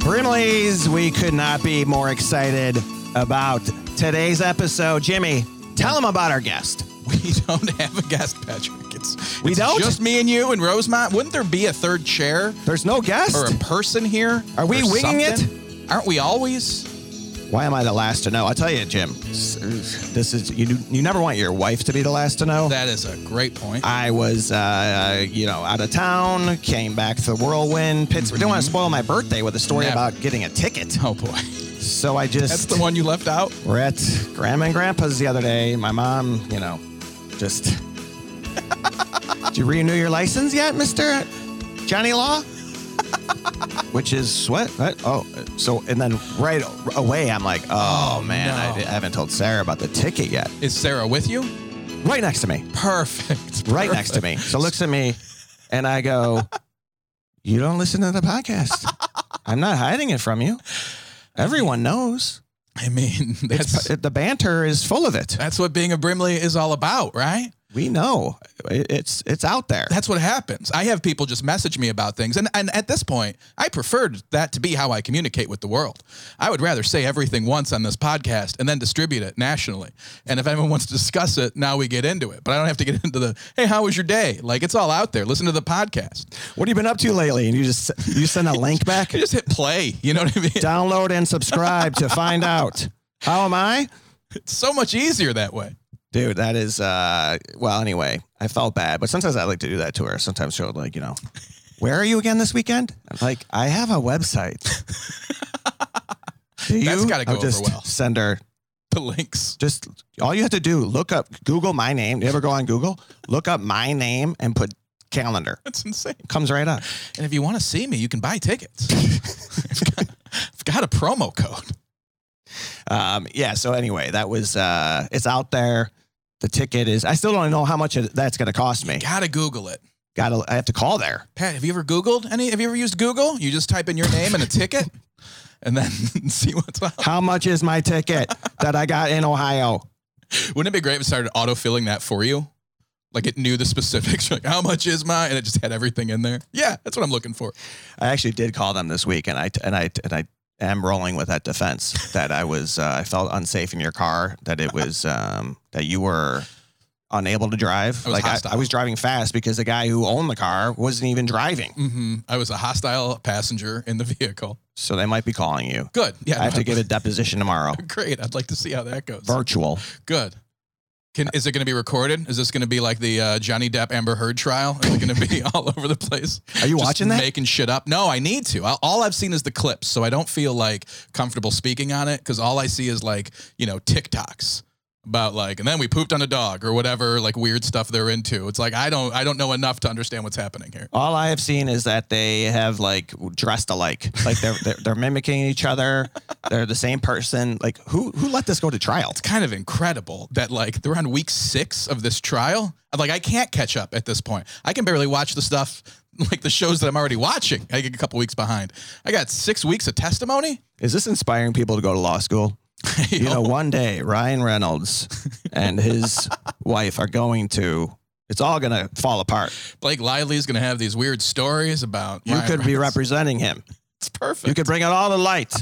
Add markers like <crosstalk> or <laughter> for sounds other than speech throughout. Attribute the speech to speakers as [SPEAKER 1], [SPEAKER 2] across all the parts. [SPEAKER 1] Families, we could not be more excited about today's episode. Jimmy, tell them about our guest.
[SPEAKER 2] We <laughs> don't have a guest, Patrick. It's
[SPEAKER 1] We
[SPEAKER 2] it's
[SPEAKER 1] don't?
[SPEAKER 2] Just me and you and Rosemont. Wouldn't there be a third chair
[SPEAKER 1] There's no guest.
[SPEAKER 2] or a person here?
[SPEAKER 1] Are we
[SPEAKER 2] or
[SPEAKER 1] winging it?
[SPEAKER 2] something? Aren't we always?
[SPEAKER 1] Why am I the last to know? I tell you, Jim, this is you. You never want your wife to be the last to know.
[SPEAKER 2] That is a great point.
[SPEAKER 1] I was, uh, you know, out of town, came back to the whirlwind. Pittsburgh. Didn't want to spoil my birthday with a story
[SPEAKER 2] Never.
[SPEAKER 1] about getting a ticket,
[SPEAKER 2] <laughs> oh boy,
[SPEAKER 1] so I just
[SPEAKER 2] that's the one you left out.
[SPEAKER 1] We're at grandma and grandpa's the other day. My mom, you know, just. <laughs> Did you renew your license yet, Mister Johnny Law? <laughs> Which is what? what? Oh, so and then right away, I'm like, oh man, I,
[SPEAKER 2] no.
[SPEAKER 1] I haven't told Sarah about the ticket yet.
[SPEAKER 2] Is Sarah with you?
[SPEAKER 1] Right next to me,
[SPEAKER 2] Perfect.
[SPEAKER 1] right next to me. So looks at me, and I go, "You don't listen to the podcast. I'm not hiding it from you. Everyone knows.
[SPEAKER 2] I mean, that's
[SPEAKER 1] The banter is full of it."
[SPEAKER 2] that's what being a Brimley is all about, right?
[SPEAKER 1] We know It- it's it's out there.
[SPEAKER 2] That's what happens. I have people just message me about things, and and at this point, I preferred that to be how I communicate with the world. I would rather say everything once on this podcast and then distribute it nationally. And if anyone wants to discuss it, now we get into it. But I don't have to get <laughs> into the hey, how was your day? Like it's all out there. Listen to the podcast.
[SPEAKER 1] What have you been up to lately? And you just you send a link back,
[SPEAKER 2] You just hit play. You know what I mean?
[SPEAKER 1] <laughs> download and subscribe to find out. How am I?
[SPEAKER 2] It's so much easier that way.
[SPEAKER 1] Dude, that is uh well anyway, I felt bad, but sometimes I like to do that to her. Sometimes she'll like, you know, where are you again this weekend? I'm like, I have a <laughs> website. Do
[SPEAKER 2] That's
[SPEAKER 1] you?
[SPEAKER 2] gotta go
[SPEAKER 1] I'll
[SPEAKER 2] over
[SPEAKER 1] just
[SPEAKER 2] well.
[SPEAKER 1] Send her
[SPEAKER 2] The links.
[SPEAKER 1] just all you have to do, look up Google my name. You ever go on Google? Look up my name and put calendar.
[SPEAKER 2] That's insane.
[SPEAKER 1] Comes right up.
[SPEAKER 2] And if you want to see me, you can buy tickets. <laughs> I've, got, I've got a promo code.
[SPEAKER 1] um, yeah. So anyway, that was uh, it's out there. The ticket is. I still don't know how much it, that's going to cost me.
[SPEAKER 2] Gotta Google it.
[SPEAKER 1] Got to. I have to call there.
[SPEAKER 2] Pat, have you ever Googled any? Have you ever used Google? You just type in your name and a ticket, and then <laughs> see what's up.
[SPEAKER 1] How much is my
[SPEAKER 2] <laughs>
[SPEAKER 1] ticket that I got in Ohio?
[SPEAKER 2] Wouldn't it be great if it started auto filling that for you? Like it knew the specifics. <laughs> You're like, how much is mine? And it just had everything in there. Yeah, that's what I'm looking for.
[SPEAKER 1] I actually did call them this week, and I and I and I am rolling with that defense that I was uh, I felt unsafe in your car. That it was um, that you were unable to drive.
[SPEAKER 2] I was
[SPEAKER 1] like I,
[SPEAKER 2] hostile.
[SPEAKER 1] I was driving fast because the guy who owned the car wasn't even driving.
[SPEAKER 2] hmm I was a hostile passenger in the vehicle.
[SPEAKER 1] So they might be calling you.
[SPEAKER 2] Good. Yeah,
[SPEAKER 1] I
[SPEAKER 2] <laughs>
[SPEAKER 1] have to give a deposition tomorrow,
[SPEAKER 2] Great. I'd like to see how that goes.
[SPEAKER 1] virtual.
[SPEAKER 2] Good. Can, is it going to be recorded? Is this going to be like the uh, Johnny Depp Amber Heard trial? Is it going to be <laughs> all over the place?
[SPEAKER 1] Are you
[SPEAKER 2] Just
[SPEAKER 1] watching that?
[SPEAKER 2] Making shit up. No, I need to. I, all I've seen is the clips, so I don't feel like comfortable speaking on it because all I see is like you know TikToks about like, and then we pooped on a dog or whatever like weird stuff they're into. It's like I don't I don't know enough to understand what's happening here.
[SPEAKER 1] All I have seen is that they have like dressed alike, like they're they're, they're mimicking each other. They're the same person. Like who who let this go to trial?
[SPEAKER 2] kind of incredible that like they're on week six of this trial. I'm Like I can't catch up at this point. I can barely watch the stuff <laughs> like the shows that I'm already watching. I get a couple weeks behind. I got six weeks of testimony. <laughs>
[SPEAKER 1] Is this inspiring people to go to law school? You know, one day Ryan Reynolds and
[SPEAKER 2] <laughs>
[SPEAKER 1] his wife are going to. It's all gonna fall apart.
[SPEAKER 2] Blake Lively is going to have these weird stories about
[SPEAKER 1] You
[SPEAKER 2] Ryan
[SPEAKER 1] could
[SPEAKER 2] <laughs>
[SPEAKER 1] be
[SPEAKER 2] Reynolds.
[SPEAKER 1] representing him.
[SPEAKER 2] It's perfect.
[SPEAKER 1] You
[SPEAKER 2] You
[SPEAKER 1] could
[SPEAKER 2] could,
[SPEAKER 1] bring out all the light.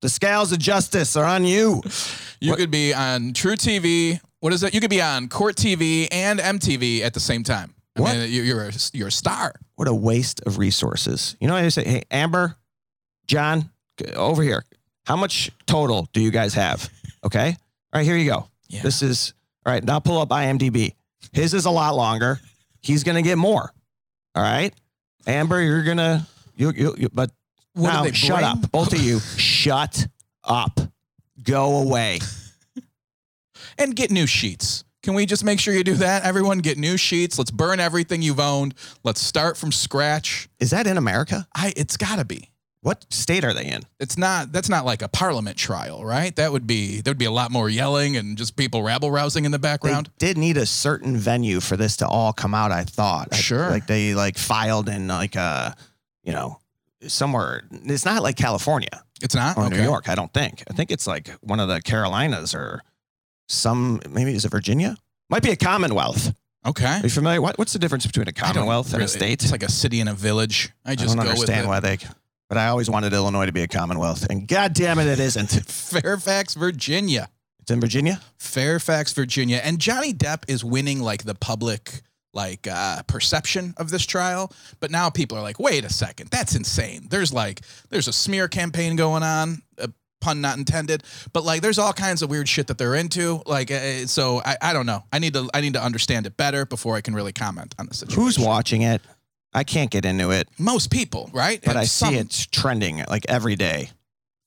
[SPEAKER 1] The scales of justice are on you. What-
[SPEAKER 2] be on True TV. What is that? You could be on Court TV and MTV at the same time. I
[SPEAKER 1] What?
[SPEAKER 2] mean, you- you're a, you're a star.
[SPEAKER 1] What a waste of resources. You know, I say, hey, Amber, John, g- over here. How much total do you guys <laughs> have? Okay. All right, here you go.
[SPEAKER 2] Yeah.
[SPEAKER 1] This is all right. Now pull up IMDb. His is a lot longer. He's going to get more. All right. Amber, you're going to, you, you, you, but
[SPEAKER 2] What do
[SPEAKER 1] now
[SPEAKER 2] they
[SPEAKER 1] shut
[SPEAKER 2] bring?
[SPEAKER 1] up. Both of <laughs> you, shut up. Go away.
[SPEAKER 2] <laughs> and get new sheets. Can we just make sure you do that? Everyone get new sheets. Let's burn everything you've owned. Let's start from scratch.
[SPEAKER 1] Is that in America?
[SPEAKER 2] I it's got to be.
[SPEAKER 1] What state are they in?
[SPEAKER 2] It's not that's not like a parliament trial, right? That would be there would be a lot more yelling and just people rabble rousing in the
[SPEAKER 1] They
[SPEAKER 2] background.
[SPEAKER 1] did need a certain venue for this to all come out. I thought. I-
[SPEAKER 2] Sure.
[SPEAKER 1] like they like filed in like uh, you know, somewhere. It's not like California
[SPEAKER 2] it's not
[SPEAKER 1] or New York. I don't think. I think it's like one of the Carolinas or some. Maybe is it Virginia? Might be a Commonwealth.
[SPEAKER 2] Okay.
[SPEAKER 1] Are you familiar? What, what's the difference between a
[SPEAKER 2] I don't
[SPEAKER 1] Commonwealth and
[SPEAKER 2] really-
[SPEAKER 1] a state?
[SPEAKER 2] It's like a city and a village. I
[SPEAKER 1] I
[SPEAKER 2] just
[SPEAKER 1] don't
[SPEAKER 2] go with
[SPEAKER 1] understand
[SPEAKER 2] it.
[SPEAKER 1] why they But I always wanted Illinois to be a commonwealth, and God damn it, it isn't.
[SPEAKER 2] Fairfax, Virginia.
[SPEAKER 1] It's in Virginia.
[SPEAKER 2] Fairfax, Virginia. And Johnny Depp is winning like the public like uh, perception of this trial. But now people are like, wait a second, that's insane. There's like there's a smear campaign going on. A pun not intended but like there's all kinds of weird shit that they're into like uh, so I, I don't know i need to i need to understand it better before i can really comment on the situation
[SPEAKER 1] Who's watching it? I can't get into it,
[SPEAKER 2] most people right
[SPEAKER 1] but I
[SPEAKER 2] Some-
[SPEAKER 1] see it's trending like every day.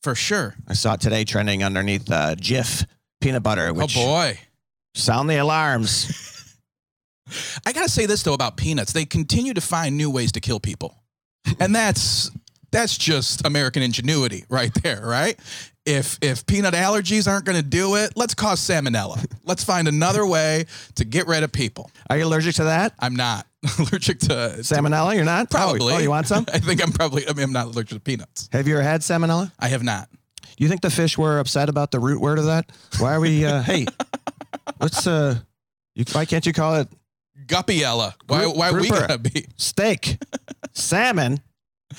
[SPEAKER 2] for sure
[SPEAKER 1] I saw it today trending underneath uh, GIF peanut butter, which
[SPEAKER 2] oh boy
[SPEAKER 1] sound the alarms.
[SPEAKER 2] I gotta say this though about peanuts. They continue to find new ways to kill people. And that's that's just American ingenuity right there, right? If if peanut allergies aren't gonna do it, let's cause salmonella. Let's find another way to get rid of people.
[SPEAKER 1] Are you allergic to
[SPEAKER 2] <laughs>
[SPEAKER 1] that?
[SPEAKER 2] I'm not allergic to
[SPEAKER 1] Salmonella? You're not? Oh,
[SPEAKER 2] probably
[SPEAKER 1] Oh, you want some?
[SPEAKER 2] <laughs> I think I'm probably I mean I'm not allergic to peanuts.
[SPEAKER 1] Have you ever had salmonella?
[SPEAKER 2] I have not.
[SPEAKER 1] You think the fish were upset about the root word of that? Why are we?
[SPEAKER 2] <laughs>
[SPEAKER 1] Uh, hey, what's uh? You, why can't you call it
[SPEAKER 2] Guppiella. Why
[SPEAKER 1] Group-
[SPEAKER 2] why are we
[SPEAKER 1] grouper.
[SPEAKER 2] gonna be
[SPEAKER 1] steak, salmon?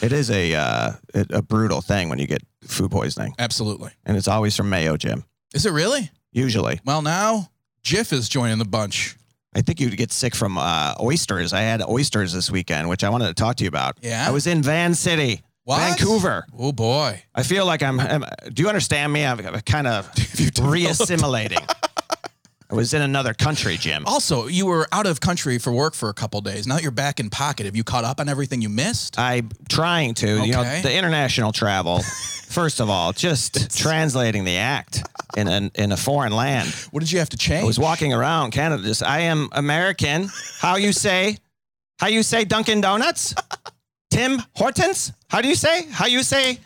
[SPEAKER 1] It is a uh, it, a brutal thing when you get food poisoning,
[SPEAKER 2] Absolutely.
[SPEAKER 1] and it's always from mayo, Jim.
[SPEAKER 2] Is it really?
[SPEAKER 1] Usually,
[SPEAKER 2] Well now Jif is joining the bunch.
[SPEAKER 1] I think you'd get sick from uh, oysters. I had oysters this weekend, which I wanted to talk to you about.
[SPEAKER 2] Yeah.
[SPEAKER 1] I was in Van City,
[SPEAKER 2] What?
[SPEAKER 1] Vancouver.
[SPEAKER 2] Oh boy. <laughs>
[SPEAKER 1] I feel like I'm. I'm do you understand me? I'm, kind of
[SPEAKER 2] <laughs>
[SPEAKER 1] reassimilating. I was in another country, Jim.
[SPEAKER 2] Also, you were out of country for work for a couple days. Now that you're back in pocket. Have you caught up on everything you missed?
[SPEAKER 1] I'm trying to. You know,
[SPEAKER 2] Okay.
[SPEAKER 1] the international travel.
[SPEAKER 2] <laughs>
[SPEAKER 1] First of all, just translating the act in an, in a foreign land.
[SPEAKER 2] What did you have to change?
[SPEAKER 1] I was walking around Canada. Just I am American. How you say? How you say Dunkin' Donuts? Tim Hortons? How do you say? How you say?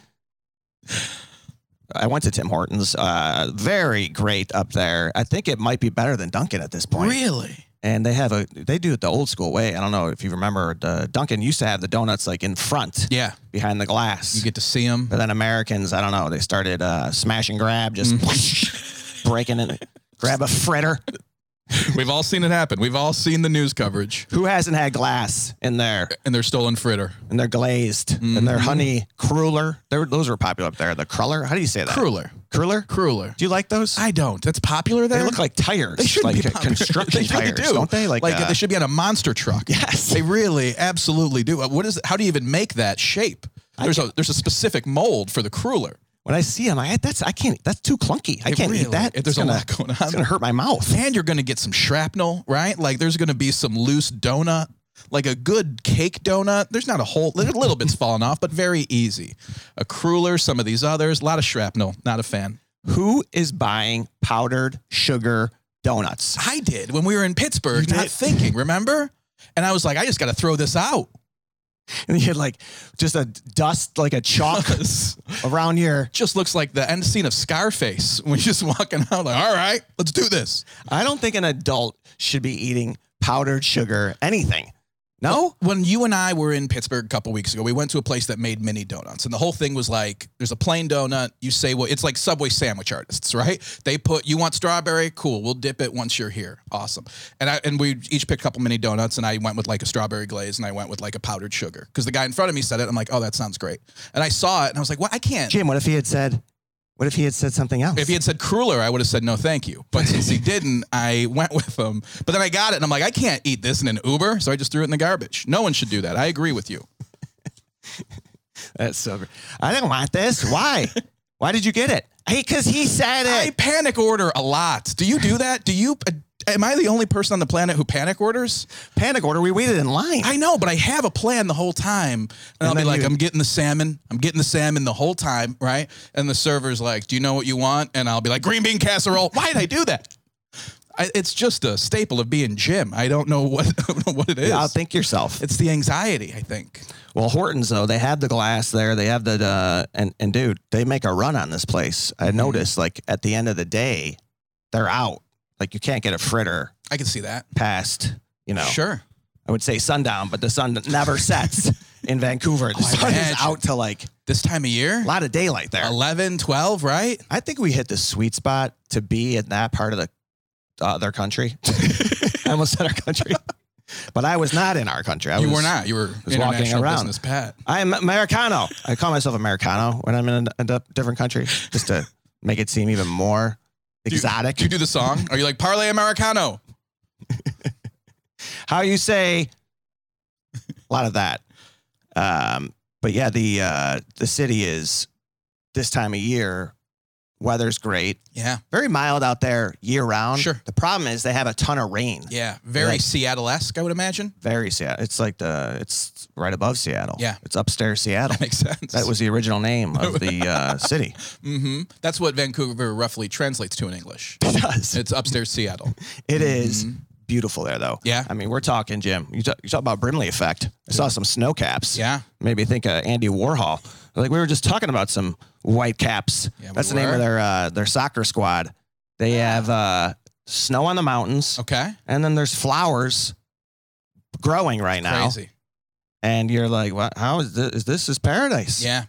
[SPEAKER 1] I went to Tim Hortons. Uh, very great up there. I think it might be better than Dunkin' at this point
[SPEAKER 2] Really?
[SPEAKER 1] and they have a they do it the old school way. I don't know if you remember uh, Duncan used to have the donuts like in front
[SPEAKER 2] Yeah.
[SPEAKER 1] behind the glass.
[SPEAKER 2] You get to see them.
[SPEAKER 1] but then Americans, I don't know, they started uh, smash and grab, just
[SPEAKER 2] Mm.
[SPEAKER 1] <laughs> breaking it. Grab a fritter.
[SPEAKER 2] We've all seen it happen. We've all seen the news coverage
[SPEAKER 1] Who hasn't had glass in there?
[SPEAKER 2] and they're stolen fritter.
[SPEAKER 1] And they're glazed and
[SPEAKER 2] Mm-hmm.
[SPEAKER 1] they're honey cruller. They were, those were popular up there. The cruller. How do you say that?
[SPEAKER 2] Crueler.
[SPEAKER 1] Cruller.
[SPEAKER 2] Crueler.
[SPEAKER 1] Do you like those?
[SPEAKER 2] I don't. That's popular there?
[SPEAKER 1] they look like tires.
[SPEAKER 2] They should
[SPEAKER 1] like
[SPEAKER 2] be
[SPEAKER 1] uh,
[SPEAKER 2] popular.
[SPEAKER 1] construction
[SPEAKER 2] <laughs> they really
[SPEAKER 1] tires,
[SPEAKER 2] do.
[SPEAKER 1] not they? Like,
[SPEAKER 2] like
[SPEAKER 1] uh,
[SPEAKER 2] they should be on a monster truck.
[SPEAKER 1] yes.
[SPEAKER 2] They really absolutely do. Uh, What is how do you even make that shape? There's a there's a specific mold for the crueler.
[SPEAKER 1] when I see them, I that's I can't. That's too clunky. I
[SPEAKER 2] It
[SPEAKER 1] can't eat
[SPEAKER 2] really-
[SPEAKER 1] that.
[SPEAKER 2] there's
[SPEAKER 1] It's
[SPEAKER 2] a
[SPEAKER 1] gonna-
[SPEAKER 2] lot going on.
[SPEAKER 1] It's gonna hurt my mouth.
[SPEAKER 2] and you're going to get some shrapnel, right? Like there's going to be some loose donut, like a good cake donut. There's not a whole little, little bit's falling off, but very easy. A cruller, some of these others, a lot of shrapnel. Not a fan.
[SPEAKER 1] Who is buying powdered sugar donuts? <laughs>
[SPEAKER 2] I did when we were in Pittsburgh, not
[SPEAKER 1] did.
[SPEAKER 2] thinking, remember? And I was like, I just got to throw this out.
[SPEAKER 1] And you had like just a dust, like a
[SPEAKER 2] <laughs>
[SPEAKER 1] chalk
[SPEAKER 2] This
[SPEAKER 1] around here.
[SPEAKER 2] just looks like the end scene of Scarface when you're just walking out, like, all right, let's do this.
[SPEAKER 1] I don't think an adult should be eating powdered sugar anything. No,
[SPEAKER 2] when you and I were in Pittsburgh a couple weeks ago, we went to a place that made mini donuts, and the whole thing was like, there's a plain donut. You say, well, it's like Subway sandwich artists, right? They put, you want strawberry? Cool, we'll dip it once you're here. Awesome. And I and we each picked a couple mini donuts, and I went with like a strawberry glaze, and I went with like a powdered sugar because the guy in front of me said it. I'm like, oh, that sounds great. And I saw it, and I was like, well, I can't.
[SPEAKER 1] Jim. What if he had said? What if he had said something else?
[SPEAKER 2] If he had said crueler, I would have said no, thank you. But since he didn't, I went <laughs> with him. But then I got it, and I'm like, I can't eat this in an Uber, so I just threw it in the garbage. No one should do that. I agree with you.
[SPEAKER 1] That's so. Great. I didn't want this.
[SPEAKER 2] <laughs>
[SPEAKER 1] Why? Why did you get it? Hey, because he said
[SPEAKER 2] I
[SPEAKER 1] it.
[SPEAKER 2] panic order a lot. Do you do that? Do you? uh, Am I the only person on the planet who panic orders?
[SPEAKER 1] Panic order. We waited in line.
[SPEAKER 2] I know, but I have a plan the whole time. And, I'll be
[SPEAKER 1] then
[SPEAKER 2] like,
[SPEAKER 1] you-
[SPEAKER 2] I'm getting the salmon. I'm getting the salmon the whole time, right? And the server's like, Do you know what you want? And I'll be like, Green bean casserole. Why did I do that? I, it's just a staple of being Jim. I don't know what <laughs> I don't know what it is.
[SPEAKER 1] Outthink yourself.
[SPEAKER 2] it's the anxiety, I think.
[SPEAKER 1] Well, Hortons though they have the glass there. They have the uh, and and dude, they make a run on this place. I
[SPEAKER 2] Mm-hmm.
[SPEAKER 1] noticed like at the end of the day, they're out. Like you can't get a fritter
[SPEAKER 2] I can see that.
[SPEAKER 1] past you know.
[SPEAKER 2] Sure.
[SPEAKER 1] I would say sundown, but the sun never
[SPEAKER 2] <laughs>
[SPEAKER 1] sets in Vancouver. The
[SPEAKER 2] Oh, I
[SPEAKER 1] sun is
[SPEAKER 2] imagine.
[SPEAKER 1] out to like
[SPEAKER 2] This time of year,
[SPEAKER 1] a lot of daylight there.
[SPEAKER 2] 11, 12, right?
[SPEAKER 1] I think we hit the sweet spot
[SPEAKER 2] <laughs>
[SPEAKER 1] to be in that part of the uh, their country. I almost said our country. But I was not in our country. I
[SPEAKER 2] You
[SPEAKER 1] was,
[SPEAKER 2] were not. You were
[SPEAKER 1] was walking
[SPEAKER 2] international
[SPEAKER 1] around.
[SPEAKER 2] business Pat.
[SPEAKER 1] I'm Americano. I call myself Americano when I'm in a, a different country, just to make it seem even more exotic.
[SPEAKER 2] Do you do the song? Are you like Parlay Americano?
[SPEAKER 1] How you say a lot of that. Um, but yeah, the uh, the city is this time of year. Weather's great.
[SPEAKER 2] Yeah,
[SPEAKER 1] Very mild out there year round.
[SPEAKER 2] Sure.
[SPEAKER 1] The problem is they have a ton of rain.
[SPEAKER 2] yeah. Very
[SPEAKER 1] Right.
[SPEAKER 2] Seattle-esque, I would imagine.
[SPEAKER 1] Very Seattle. It's like the it's right above Seattle.
[SPEAKER 2] Yeah.
[SPEAKER 1] It's upstairs Seattle.
[SPEAKER 2] <laughs> That makes sense.
[SPEAKER 1] That was the original name of the
[SPEAKER 2] <laughs>
[SPEAKER 1] uh, city.
[SPEAKER 2] hmm That's what Vancouver roughly translates to in English.
[SPEAKER 1] It does.
[SPEAKER 2] It's upstairs Seattle.
[SPEAKER 1] It is
[SPEAKER 2] Mhm.
[SPEAKER 1] beautiful there, though.
[SPEAKER 2] Yeah.
[SPEAKER 1] I mean, we're talking, Jim. You talk, you talk about Brimley effect. I saw some snow caps.
[SPEAKER 2] Yeah.
[SPEAKER 1] Made me think of Andy Warhol. Like we were just talking about some white caps.
[SPEAKER 2] Yeah, we
[SPEAKER 1] That's the name
[SPEAKER 2] were.
[SPEAKER 1] of their uh, their soccer squad. They have uh, snow on the mountains,
[SPEAKER 2] Okay.
[SPEAKER 1] and then there's flowers growing right now.
[SPEAKER 2] Crazy.
[SPEAKER 1] And you're like, what? How is this? Is this is paradise?
[SPEAKER 2] Yeah.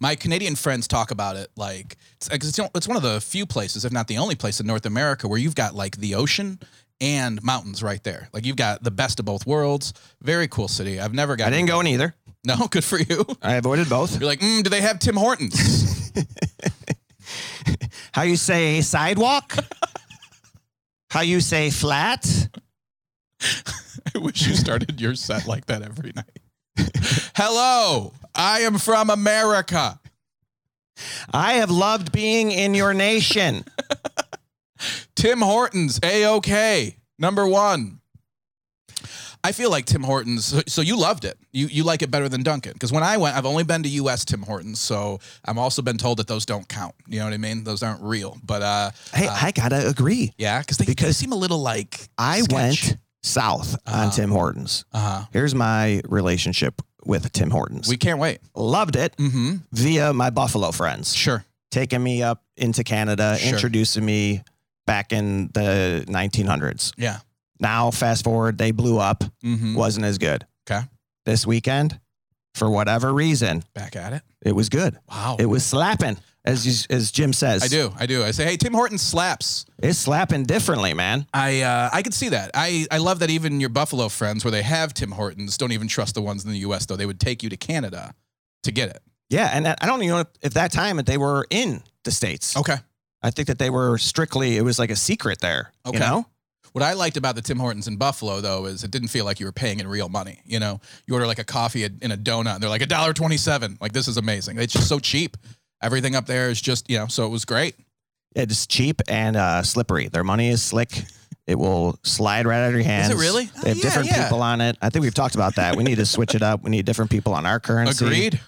[SPEAKER 2] My Canadian friends talk about it like it's, it's it's one of the few places, if not the only place in North America, where you've got like the ocean and mountains right there. Like you've got the best of both worlds. Very cool city. I've never got.
[SPEAKER 1] I didn't go in either.
[SPEAKER 2] <laughs> No, good for you.
[SPEAKER 1] I avoided both.
[SPEAKER 2] You're like, mm, do they have Tim Hortons?
[SPEAKER 1] How you say sidewalk? How you say flat?
[SPEAKER 2] I <laughs> wish you started your set like that every night. Hello, I am from America.
[SPEAKER 1] I have loved being in your nation.
[SPEAKER 2] Tim Hortons, a okay, number one. I feel like Tim Hortons. so- So you loved it. You you like it better than Dunkin'. Because when I went, I've only been to U.S. Tim Hortons, so I've also been told that those don't count. You know what I mean? Those aren't real. But uh,
[SPEAKER 1] Hey, I gotta agree.
[SPEAKER 2] yeah, because they, they
[SPEAKER 1] Because
[SPEAKER 2] seem a little like
[SPEAKER 1] I went south on
[SPEAKER 2] Uh-huh.
[SPEAKER 1] Tim Hortons.
[SPEAKER 2] Uh huh.
[SPEAKER 1] Here's my relationship with Tim Hortons.
[SPEAKER 2] We
[SPEAKER 1] We
[SPEAKER 2] can't wait.
[SPEAKER 1] loved it
[SPEAKER 2] Mm-hmm.
[SPEAKER 1] via my Buffalo friends
[SPEAKER 2] Sure.
[SPEAKER 1] taking me up into Canada,
[SPEAKER 2] Sure.
[SPEAKER 1] introducing me back in the 1900s.
[SPEAKER 2] Yeah.
[SPEAKER 1] Now, fast forward, they blew up,
[SPEAKER 2] Mm-hmm.
[SPEAKER 1] wasn't as good.
[SPEAKER 2] Okay.
[SPEAKER 1] This weekend, for whatever reason,
[SPEAKER 2] Back at it.
[SPEAKER 1] it was good.
[SPEAKER 2] Wow.
[SPEAKER 1] It was slapping, as you, as Jim says.
[SPEAKER 2] I do. I do. I say, hey, Tim Hortons slaps.
[SPEAKER 1] It's slapping differently, man.
[SPEAKER 2] I uh, I could see that. I, I love that even your Buffalo friends, where they have Tim Hortons, don't even trust the ones in the U.S. Though they would take you to Canada to get it.
[SPEAKER 1] Yeah, and I I don't even know if that time that they were in the states.
[SPEAKER 2] Okay.
[SPEAKER 1] I think that they were strictly it was like a secret there.
[SPEAKER 2] Okay.
[SPEAKER 1] You know?
[SPEAKER 2] What I liked about the Tim Hortons in Buffalo, though, is it didn't feel like you were paying in real money. You know, you order like a coffee and and a donut, and they're like a dollar twenty-seven. Like this is amazing. It's just so cheap. Everything up there is just you know, so it was great.
[SPEAKER 1] It's cheap and uh, slippery. Their money is slick. It will slide right out of your hands.
[SPEAKER 2] really? Oh,
[SPEAKER 1] They have
[SPEAKER 2] yeah,
[SPEAKER 1] different
[SPEAKER 2] yeah.
[SPEAKER 1] people on it. I think we've talked about that. We need to switch it up. We need different people on our currency.
[SPEAKER 2] Agreed.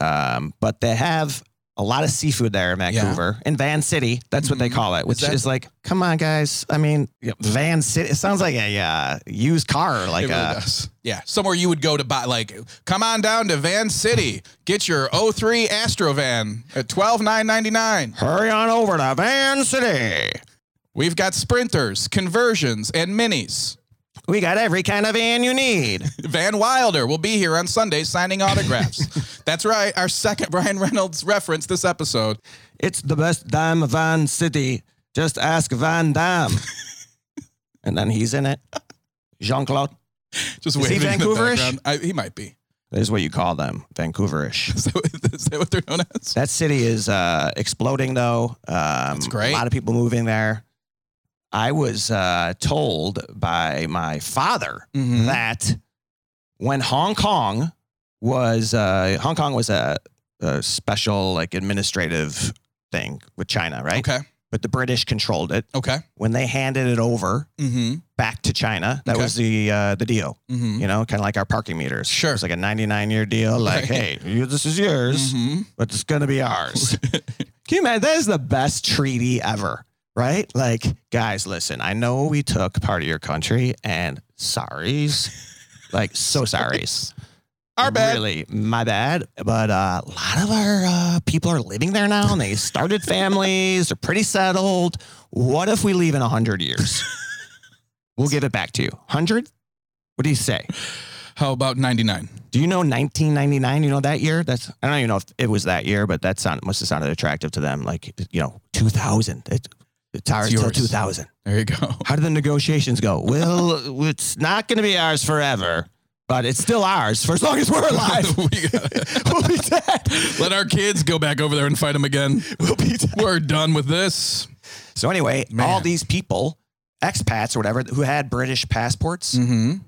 [SPEAKER 1] Um, but they have a lot of seafood there in
[SPEAKER 2] Yeah.
[SPEAKER 1] Vancouver, in Van City. That's what they
[SPEAKER 2] Mhm.
[SPEAKER 1] call it, which is,
[SPEAKER 2] that-
[SPEAKER 1] like, come on, guys. I mean, Van City. It sounds like a uh, used car, like
[SPEAKER 2] It really
[SPEAKER 1] a
[SPEAKER 2] does. Yeah, somewhere you would go to buy. Like, come on down to Van City, get your 03 Astrovan at twelve nine ninety nine.
[SPEAKER 1] hurry on over to Van City.
[SPEAKER 2] We've got sprinters, conversions, and minis.
[SPEAKER 1] We got every kind of van you
[SPEAKER 2] <laughs>
[SPEAKER 1] need.
[SPEAKER 2] Van Wilder will be here on Sunday signing
[SPEAKER 1] <laughs>
[SPEAKER 2] autographs. That's right, our second Brian Reynolds reference this episode.
[SPEAKER 1] It's the best damn Van City. Just ask Van
[SPEAKER 2] <laughs>
[SPEAKER 1] Damme. and then he's in it. Jean Claude.
[SPEAKER 2] Just
[SPEAKER 1] Is he
[SPEAKER 2] waving in the
[SPEAKER 1] Vancouverish?
[SPEAKER 2] background. I, he might be. <laughs>
[SPEAKER 1] That is what you call them, Vancouverish.
[SPEAKER 2] Is that, what- is that what they're known as?
[SPEAKER 1] That city is uh, exploding, though. Um, That's
[SPEAKER 2] great.
[SPEAKER 1] A lot of people moving there. I was uh, told by my father
[SPEAKER 2] Mhm.
[SPEAKER 1] that when Hong Kong was uh, Hong Kong was a, a special like administrative thing with China, right?
[SPEAKER 2] Okay.
[SPEAKER 1] But the British controlled it.
[SPEAKER 2] Okay.
[SPEAKER 1] when they handed it over
[SPEAKER 2] Mm-hmm.
[SPEAKER 1] back to China, that
[SPEAKER 2] Okay.
[SPEAKER 1] was the uh, the deal.
[SPEAKER 2] Mm-hmm.
[SPEAKER 1] You know, kind of like our parking meters.
[SPEAKER 2] Sure.
[SPEAKER 1] it's like a 99 year deal. Like,
[SPEAKER 2] <laughs>
[SPEAKER 1] hey,
[SPEAKER 2] Right.
[SPEAKER 1] you, this is yours,
[SPEAKER 2] Mm-hmm.
[SPEAKER 1] but it's gonna be
[SPEAKER 2] <laughs>
[SPEAKER 1] ours. Can you imagine? That is the best treaty ever, right? Like, guys, listen. I know we took part of your country, and sorries, like
[SPEAKER 2] <laughs>
[SPEAKER 1] so sorries.
[SPEAKER 2] Our bad.
[SPEAKER 1] Really, my bad. But uh, a lot of our uh, people are living there now, and they
[SPEAKER 2] <laughs>
[SPEAKER 1] started families. They're pretty settled. What if we leave in hundred
[SPEAKER 2] <laughs>
[SPEAKER 1] years? we'll give it back to you. Hundred? What do you say?
[SPEAKER 2] How about 99?
[SPEAKER 1] Do you know 1999? You know that year? That's I don't even know if it was that year, but that sound must have sounded attractive to them. Like you know, 2000. It, The tires
[SPEAKER 2] It's
[SPEAKER 1] till
[SPEAKER 2] yours.
[SPEAKER 1] 2000.
[SPEAKER 2] There you go.
[SPEAKER 1] How did the negotiations go? Well, it's not going to be ours forever, but it's still ours for as long as we're
[SPEAKER 2] <laughs>
[SPEAKER 1] alive.
[SPEAKER 2] We got it.
[SPEAKER 1] <laughs> we'll be dead.
[SPEAKER 2] Let our kids go back over there and fight them again.
[SPEAKER 1] We'll be dead.
[SPEAKER 2] We're done with this.
[SPEAKER 1] So anyway,
[SPEAKER 2] Man.
[SPEAKER 1] all these people, expats or whatever, who had British passports,
[SPEAKER 2] Mm-hmm.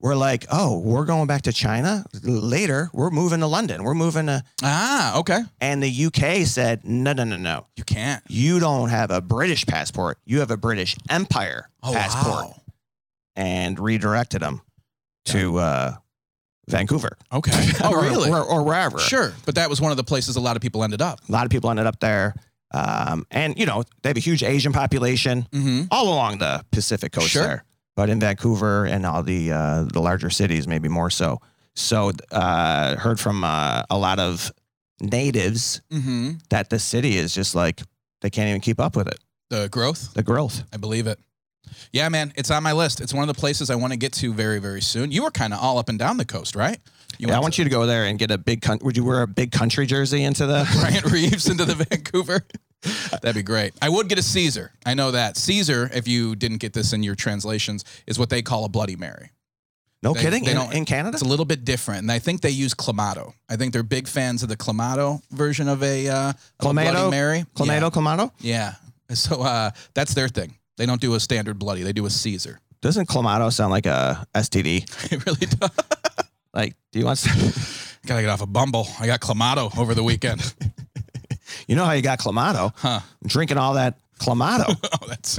[SPEAKER 1] were like, "Oh, we're going back to China later. We're moving to London. We're moving to."
[SPEAKER 2] Ah, okay.
[SPEAKER 1] And the UK said, "No, no, no, no.
[SPEAKER 2] You can't.
[SPEAKER 1] You don't have a British passport. You have a British Empire passport."
[SPEAKER 2] Oh, wow.
[SPEAKER 1] And redirected them to uh, Vancouver.
[SPEAKER 2] Okay. <laughs> Oh,
[SPEAKER 1] or,
[SPEAKER 2] really?
[SPEAKER 1] Or, or wherever.
[SPEAKER 2] Sure. But that was one of the places a lot of people ended up.
[SPEAKER 1] A lot of people ended up there. Um, and, you know, they have a huge Asian population
[SPEAKER 2] Mm-hmm.
[SPEAKER 1] all along the Pacific coast
[SPEAKER 2] Sure.
[SPEAKER 1] there, but in Vancouver and all the, uh, the larger cities, maybe more so. So, uh, heard from uh, a lot of natives
[SPEAKER 2] Mm-hmm.
[SPEAKER 1] that the city is just like, they can't even keep up with it,
[SPEAKER 2] The growth.
[SPEAKER 1] the growth.
[SPEAKER 2] I believe it. Yeah, man, it's on my list. It's one of the places I want to get to very, very soon. You were kind of all up and down the coast, right? You
[SPEAKER 1] Yeah, I want you to go there and get a big, con- would you wear a big country jersey into
[SPEAKER 2] <laughs>
[SPEAKER 1] the,
[SPEAKER 2] Bryant Reeves into the <laughs> Vancouver. That'd be great. I would get a Caesar. I know that Caesar. If you didn't get this in your translations, is what they call a Bloody Mary.
[SPEAKER 1] no
[SPEAKER 2] They-
[SPEAKER 1] kidding,
[SPEAKER 2] they
[SPEAKER 1] in,
[SPEAKER 2] don't-
[SPEAKER 1] in Canada?
[SPEAKER 2] It's a little bit different, and I think they use clamato. I think they're big fans of the clamato version of a, uh, of a Bloody
[SPEAKER 1] Clamato?
[SPEAKER 2] Mary.
[SPEAKER 1] Clamato, Clamato?
[SPEAKER 2] Yeah. yeah. So uh, that's their thing. They don't do a standard bloody. They do a Caesar. <laughs>
[SPEAKER 1] Doesn't Clamato sound like a STD?
[SPEAKER 2] It really does.
[SPEAKER 1] Like, do you want some? <laughs>
[SPEAKER 2] Gotta get off a bumble. I got clamato over the weekend. <laughs>
[SPEAKER 1] You know how you got clamato?
[SPEAKER 2] Huh.
[SPEAKER 1] Drinking all that
[SPEAKER 2] <laughs>
[SPEAKER 1] clamato,
[SPEAKER 2] Oh, that's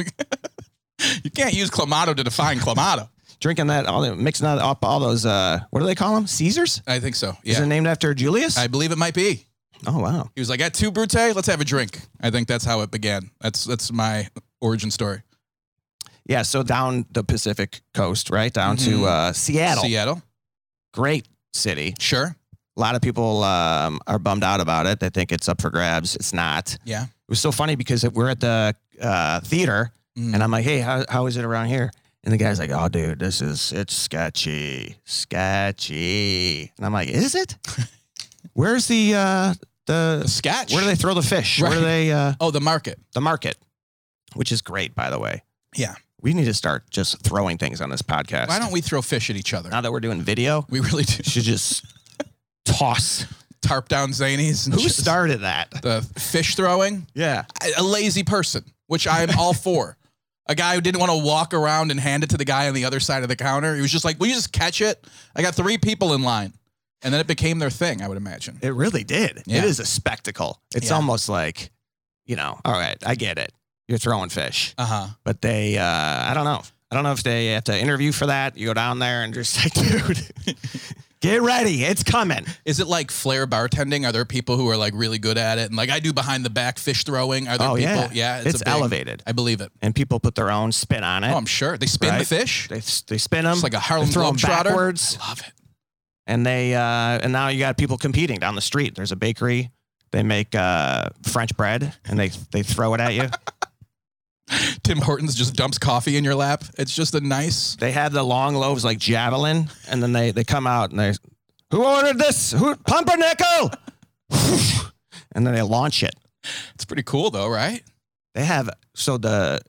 [SPEAKER 2] you can't use clamato to define clamato.
[SPEAKER 1] drinking that all, the- mixing that up all those. Uh, what do they call them? Caesars?
[SPEAKER 2] I think so.
[SPEAKER 1] Is
[SPEAKER 2] Yeah,
[SPEAKER 1] it named after Julius?
[SPEAKER 2] I believe it might be.
[SPEAKER 1] oh wow,
[SPEAKER 2] He was like, "At two brute, let's have a drink." I think that's how it began. That's that's my origin story.
[SPEAKER 1] yeah. So down the Pacific coast, right down to
[SPEAKER 2] Mhm.
[SPEAKER 1] uh, Seattle,
[SPEAKER 2] Seattle,
[SPEAKER 1] great city.
[SPEAKER 2] sure.
[SPEAKER 1] A lot of people um, are bummed out about it. They think it's up for grabs. It's not. It
[SPEAKER 2] Yeah.
[SPEAKER 1] was so funny because we're at the uh, theater,
[SPEAKER 2] Mm.
[SPEAKER 1] and I'm like, "Hey, how, how is it around here?" And the guy's like, "Oh, dude, this is it's sketchy, sketchy." And I'm like, "Is
[SPEAKER 2] <laughs>
[SPEAKER 1] it? Where's the uh, the
[SPEAKER 2] The sketch.
[SPEAKER 1] Where do they throw the fish? Where
[SPEAKER 2] Right.
[SPEAKER 1] do they uh,
[SPEAKER 2] Oh, the market.
[SPEAKER 1] the market? Which is great, by the way.
[SPEAKER 2] Yeah.
[SPEAKER 1] We need to start just throwing things on this podcast.
[SPEAKER 2] Why don't we throw fish at each other?
[SPEAKER 1] now that we're doing video,
[SPEAKER 2] We really do. <laughs>
[SPEAKER 1] we should just toss.
[SPEAKER 2] Tarp down zanies. And
[SPEAKER 1] Who
[SPEAKER 2] just-
[SPEAKER 1] started that?
[SPEAKER 2] the fish throwing?
[SPEAKER 1] Yeah.
[SPEAKER 2] I- A lazy person, which I am
[SPEAKER 1] <laughs>
[SPEAKER 2] all for. A guy who didn't want to walk around and hand it to the guy on the other side of the counter. He was just like, "Will you just catch it?" I got three people in line, and then it became their thing. I would imagine.
[SPEAKER 1] It really did.
[SPEAKER 2] Yeah.
[SPEAKER 1] It is a spectacle. It's
[SPEAKER 2] Yeah.
[SPEAKER 1] almost like, you know, all right, I get it. You're throwing fish.
[SPEAKER 2] Uh huh.
[SPEAKER 1] But they uh I don't know. I don't know if they have to interview for that. You go down there and just <laughs> like, dude, get ready. It's coming.
[SPEAKER 2] Is it like flair bartending? Are there people who are like really good at it? And like I do behind the back fish throwing. Are there
[SPEAKER 1] Oh,
[SPEAKER 2] people?
[SPEAKER 1] yeah.
[SPEAKER 2] it's,
[SPEAKER 1] It's,
[SPEAKER 2] a big-
[SPEAKER 1] elevated.
[SPEAKER 2] I believe it.
[SPEAKER 1] And people put their own spin on it.
[SPEAKER 2] Oh, I'm sure they spin the
[SPEAKER 1] Right.
[SPEAKER 2] fish.
[SPEAKER 1] They, they spin them.
[SPEAKER 2] It's like a Harlem
[SPEAKER 1] they throw 'em
[SPEAKER 2] Globetrotter.
[SPEAKER 1] backwards,
[SPEAKER 2] Love it.
[SPEAKER 1] and they uh, and now you got people competing down the street. There's a bakery. They make uh, French bread, and they they throw it at you.
[SPEAKER 2] Tim Hortons just dumps coffee in your lap. It's just a nice.
[SPEAKER 1] they have the long loaves like javelin, and then they they come out and they, who ordered this? Who pumpernickel? <laughs> and then they launch it.
[SPEAKER 2] It's pretty cool though, right?
[SPEAKER 1] They have so the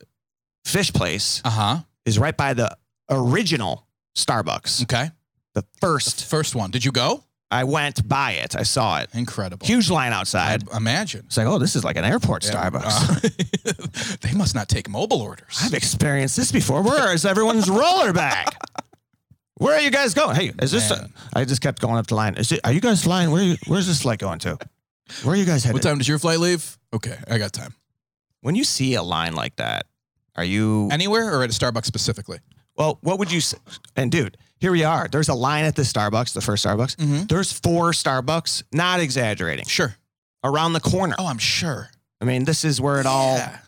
[SPEAKER 1] fish place
[SPEAKER 2] Uh huh.
[SPEAKER 1] is right by the original Starbucks.
[SPEAKER 2] Okay.
[SPEAKER 1] The
[SPEAKER 2] The
[SPEAKER 1] first
[SPEAKER 2] first one. Did you go?
[SPEAKER 1] I went by it, I saw it.
[SPEAKER 2] Incredible.
[SPEAKER 1] Huge line
[SPEAKER 2] I
[SPEAKER 1] outside.
[SPEAKER 2] imagine.
[SPEAKER 1] It's like, oh, this is like an airport Starbucks.
[SPEAKER 2] Uh-huh. Uh, <laughs> they must not take mobile orders.
[SPEAKER 1] <laughs> I've experienced this before. Where is everyone's roller bag? Where are you guys going? Hey, is this?
[SPEAKER 2] Man.
[SPEAKER 1] I just kept going up the line. Is it? Are you guys flying? Where? Are you, where's this flight going to? Where are you guys headed?
[SPEAKER 2] what time does your flight leave? Okay, I got time.
[SPEAKER 1] When you see a line like that, are you?
[SPEAKER 2] Anywhere or at a Starbucks specifically?
[SPEAKER 1] well, what would you? s- And dude, here we are. There's a line at the Starbucks, the first Starbucks.
[SPEAKER 2] Mm-hmm.
[SPEAKER 1] There's four Starbucks. Not exaggerating.
[SPEAKER 2] Sure.
[SPEAKER 1] Around the corner.
[SPEAKER 2] Oh, I'm sure.
[SPEAKER 1] I mean, this is where it all.
[SPEAKER 2] Yeah.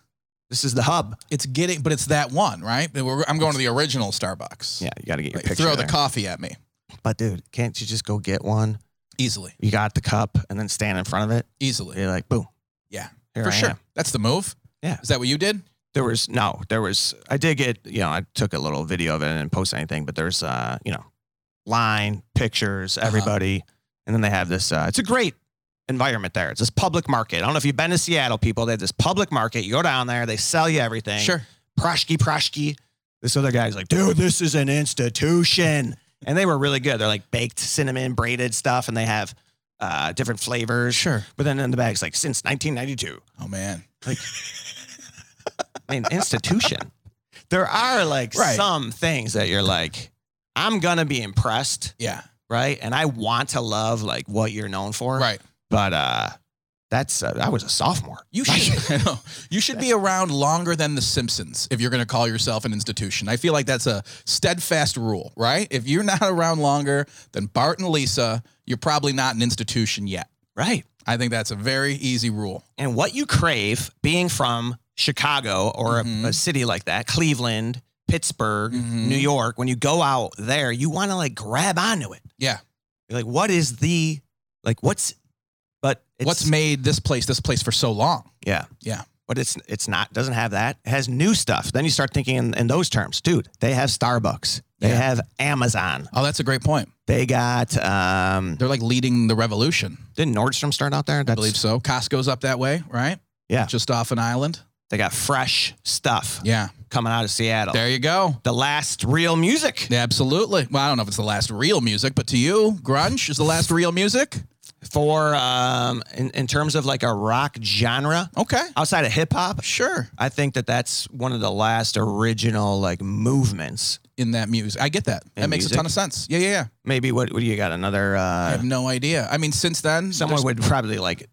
[SPEAKER 1] This is the hub.
[SPEAKER 2] It's getting, but it's that one, right? But we're- I'm going to the original Starbucks.
[SPEAKER 1] Yeah, you got to get your
[SPEAKER 2] Like,
[SPEAKER 1] picture.
[SPEAKER 2] throw the
[SPEAKER 1] there.
[SPEAKER 2] coffee at me
[SPEAKER 1] But dude, can't you just go get one?
[SPEAKER 2] easily,
[SPEAKER 1] You got the cup, and then stand in front of it.
[SPEAKER 2] easily.
[SPEAKER 1] You're like, boom.
[SPEAKER 2] Yeah,
[SPEAKER 1] Here
[SPEAKER 2] For
[SPEAKER 1] I
[SPEAKER 2] sure.
[SPEAKER 1] am.
[SPEAKER 2] That's the move.
[SPEAKER 1] Yeah.
[SPEAKER 2] Is that what you did?
[SPEAKER 1] There was no, there was. I did get, you know, I took a little video of it and didn't post anything, but there's, uh, you know, line pictures, everybody, and then they have this. Uh, it's a great environment there. It's this public market. I don't know if you've been to Seattle, people. They have this public market. You go down there, they sell you everything.
[SPEAKER 2] Sure.
[SPEAKER 1] Proshki, Proshki. This other guy's like, dude, this is an institution. And they were really good. They're like baked cinnamon, braided stuff, and they have uh, different flavors.
[SPEAKER 2] Sure.
[SPEAKER 1] But then in the bag's like, since 1992.
[SPEAKER 2] Oh man.
[SPEAKER 1] I mean, institution. There are like
[SPEAKER 2] Right.
[SPEAKER 1] some things that you're like, I'm going to be impressed,
[SPEAKER 2] Yeah.
[SPEAKER 1] right? And I want to love like what you're known for.
[SPEAKER 2] Right.
[SPEAKER 1] But uh, that's, uh, I was a sophomore.
[SPEAKER 2] You
[SPEAKER 1] Like,
[SPEAKER 2] should. <laughs> I know. You should be around longer than the Simpsons if you're going to call yourself an institution. I feel like that's a steadfast rule, right? If you're not <laughs> around longer than Bart and Lisa, you're probably not an institution yet.
[SPEAKER 1] right.
[SPEAKER 2] I think that's a very easy rule.
[SPEAKER 1] and what you crave being from Chicago or
[SPEAKER 2] Mhm.
[SPEAKER 1] a, a city like that, Cleveland, Pittsburgh,
[SPEAKER 2] Mhm.
[SPEAKER 1] New York, when you go out there, you want to like grab onto it.
[SPEAKER 2] Yeah.
[SPEAKER 1] You're like, what is the, like, what's, but it's,
[SPEAKER 2] What's made this place this place for so long?
[SPEAKER 1] yeah.
[SPEAKER 2] Yeah.
[SPEAKER 1] But it's, it's not, doesn't have that. It has new stuff. Then you start thinking in, in those terms, dude, they have Starbucks, they
[SPEAKER 2] Yeah.
[SPEAKER 1] have Amazon,
[SPEAKER 2] Oh, that's a great point.
[SPEAKER 1] they got, um,
[SPEAKER 2] They're like leading the revolution.
[SPEAKER 1] didn't Nordstrom start out there? That's,
[SPEAKER 2] I believe so. Costco's up that way, right?
[SPEAKER 1] Yeah.
[SPEAKER 2] Just off an island.
[SPEAKER 1] They got fresh stuff
[SPEAKER 2] Yeah.
[SPEAKER 1] coming out of Seattle.
[SPEAKER 2] There you go.
[SPEAKER 1] the last real music.
[SPEAKER 2] Yeah, absolutely. Well, I don't know if it's the last real music, but to you, grunge is the last real music.
[SPEAKER 1] for um in, in terms of like a rock genre
[SPEAKER 2] Okay.
[SPEAKER 1] outside of hip hop
[SPEAKER 2] Sure.
[SPEAKER 1] i think that that's one of the last original like movements
[SPEAKER 2] In that music. I get that. that
[SPEAKER 1] In
[SPEAKER 2] makes a
[SPEAKER 1] music?
[SPEAKER 2] ton of sense. Yeah, yeah, yeah.
[SPEAKER 1] maybe what what do you got another
[SPEAKER 2] I
[SPEAKER 1] uh
[SPEAKER 2] have no idea. I mean, since then,
[SPEAKER 1] someone
[SPEAKER 2] there's
[SPEAKER 1] would probably like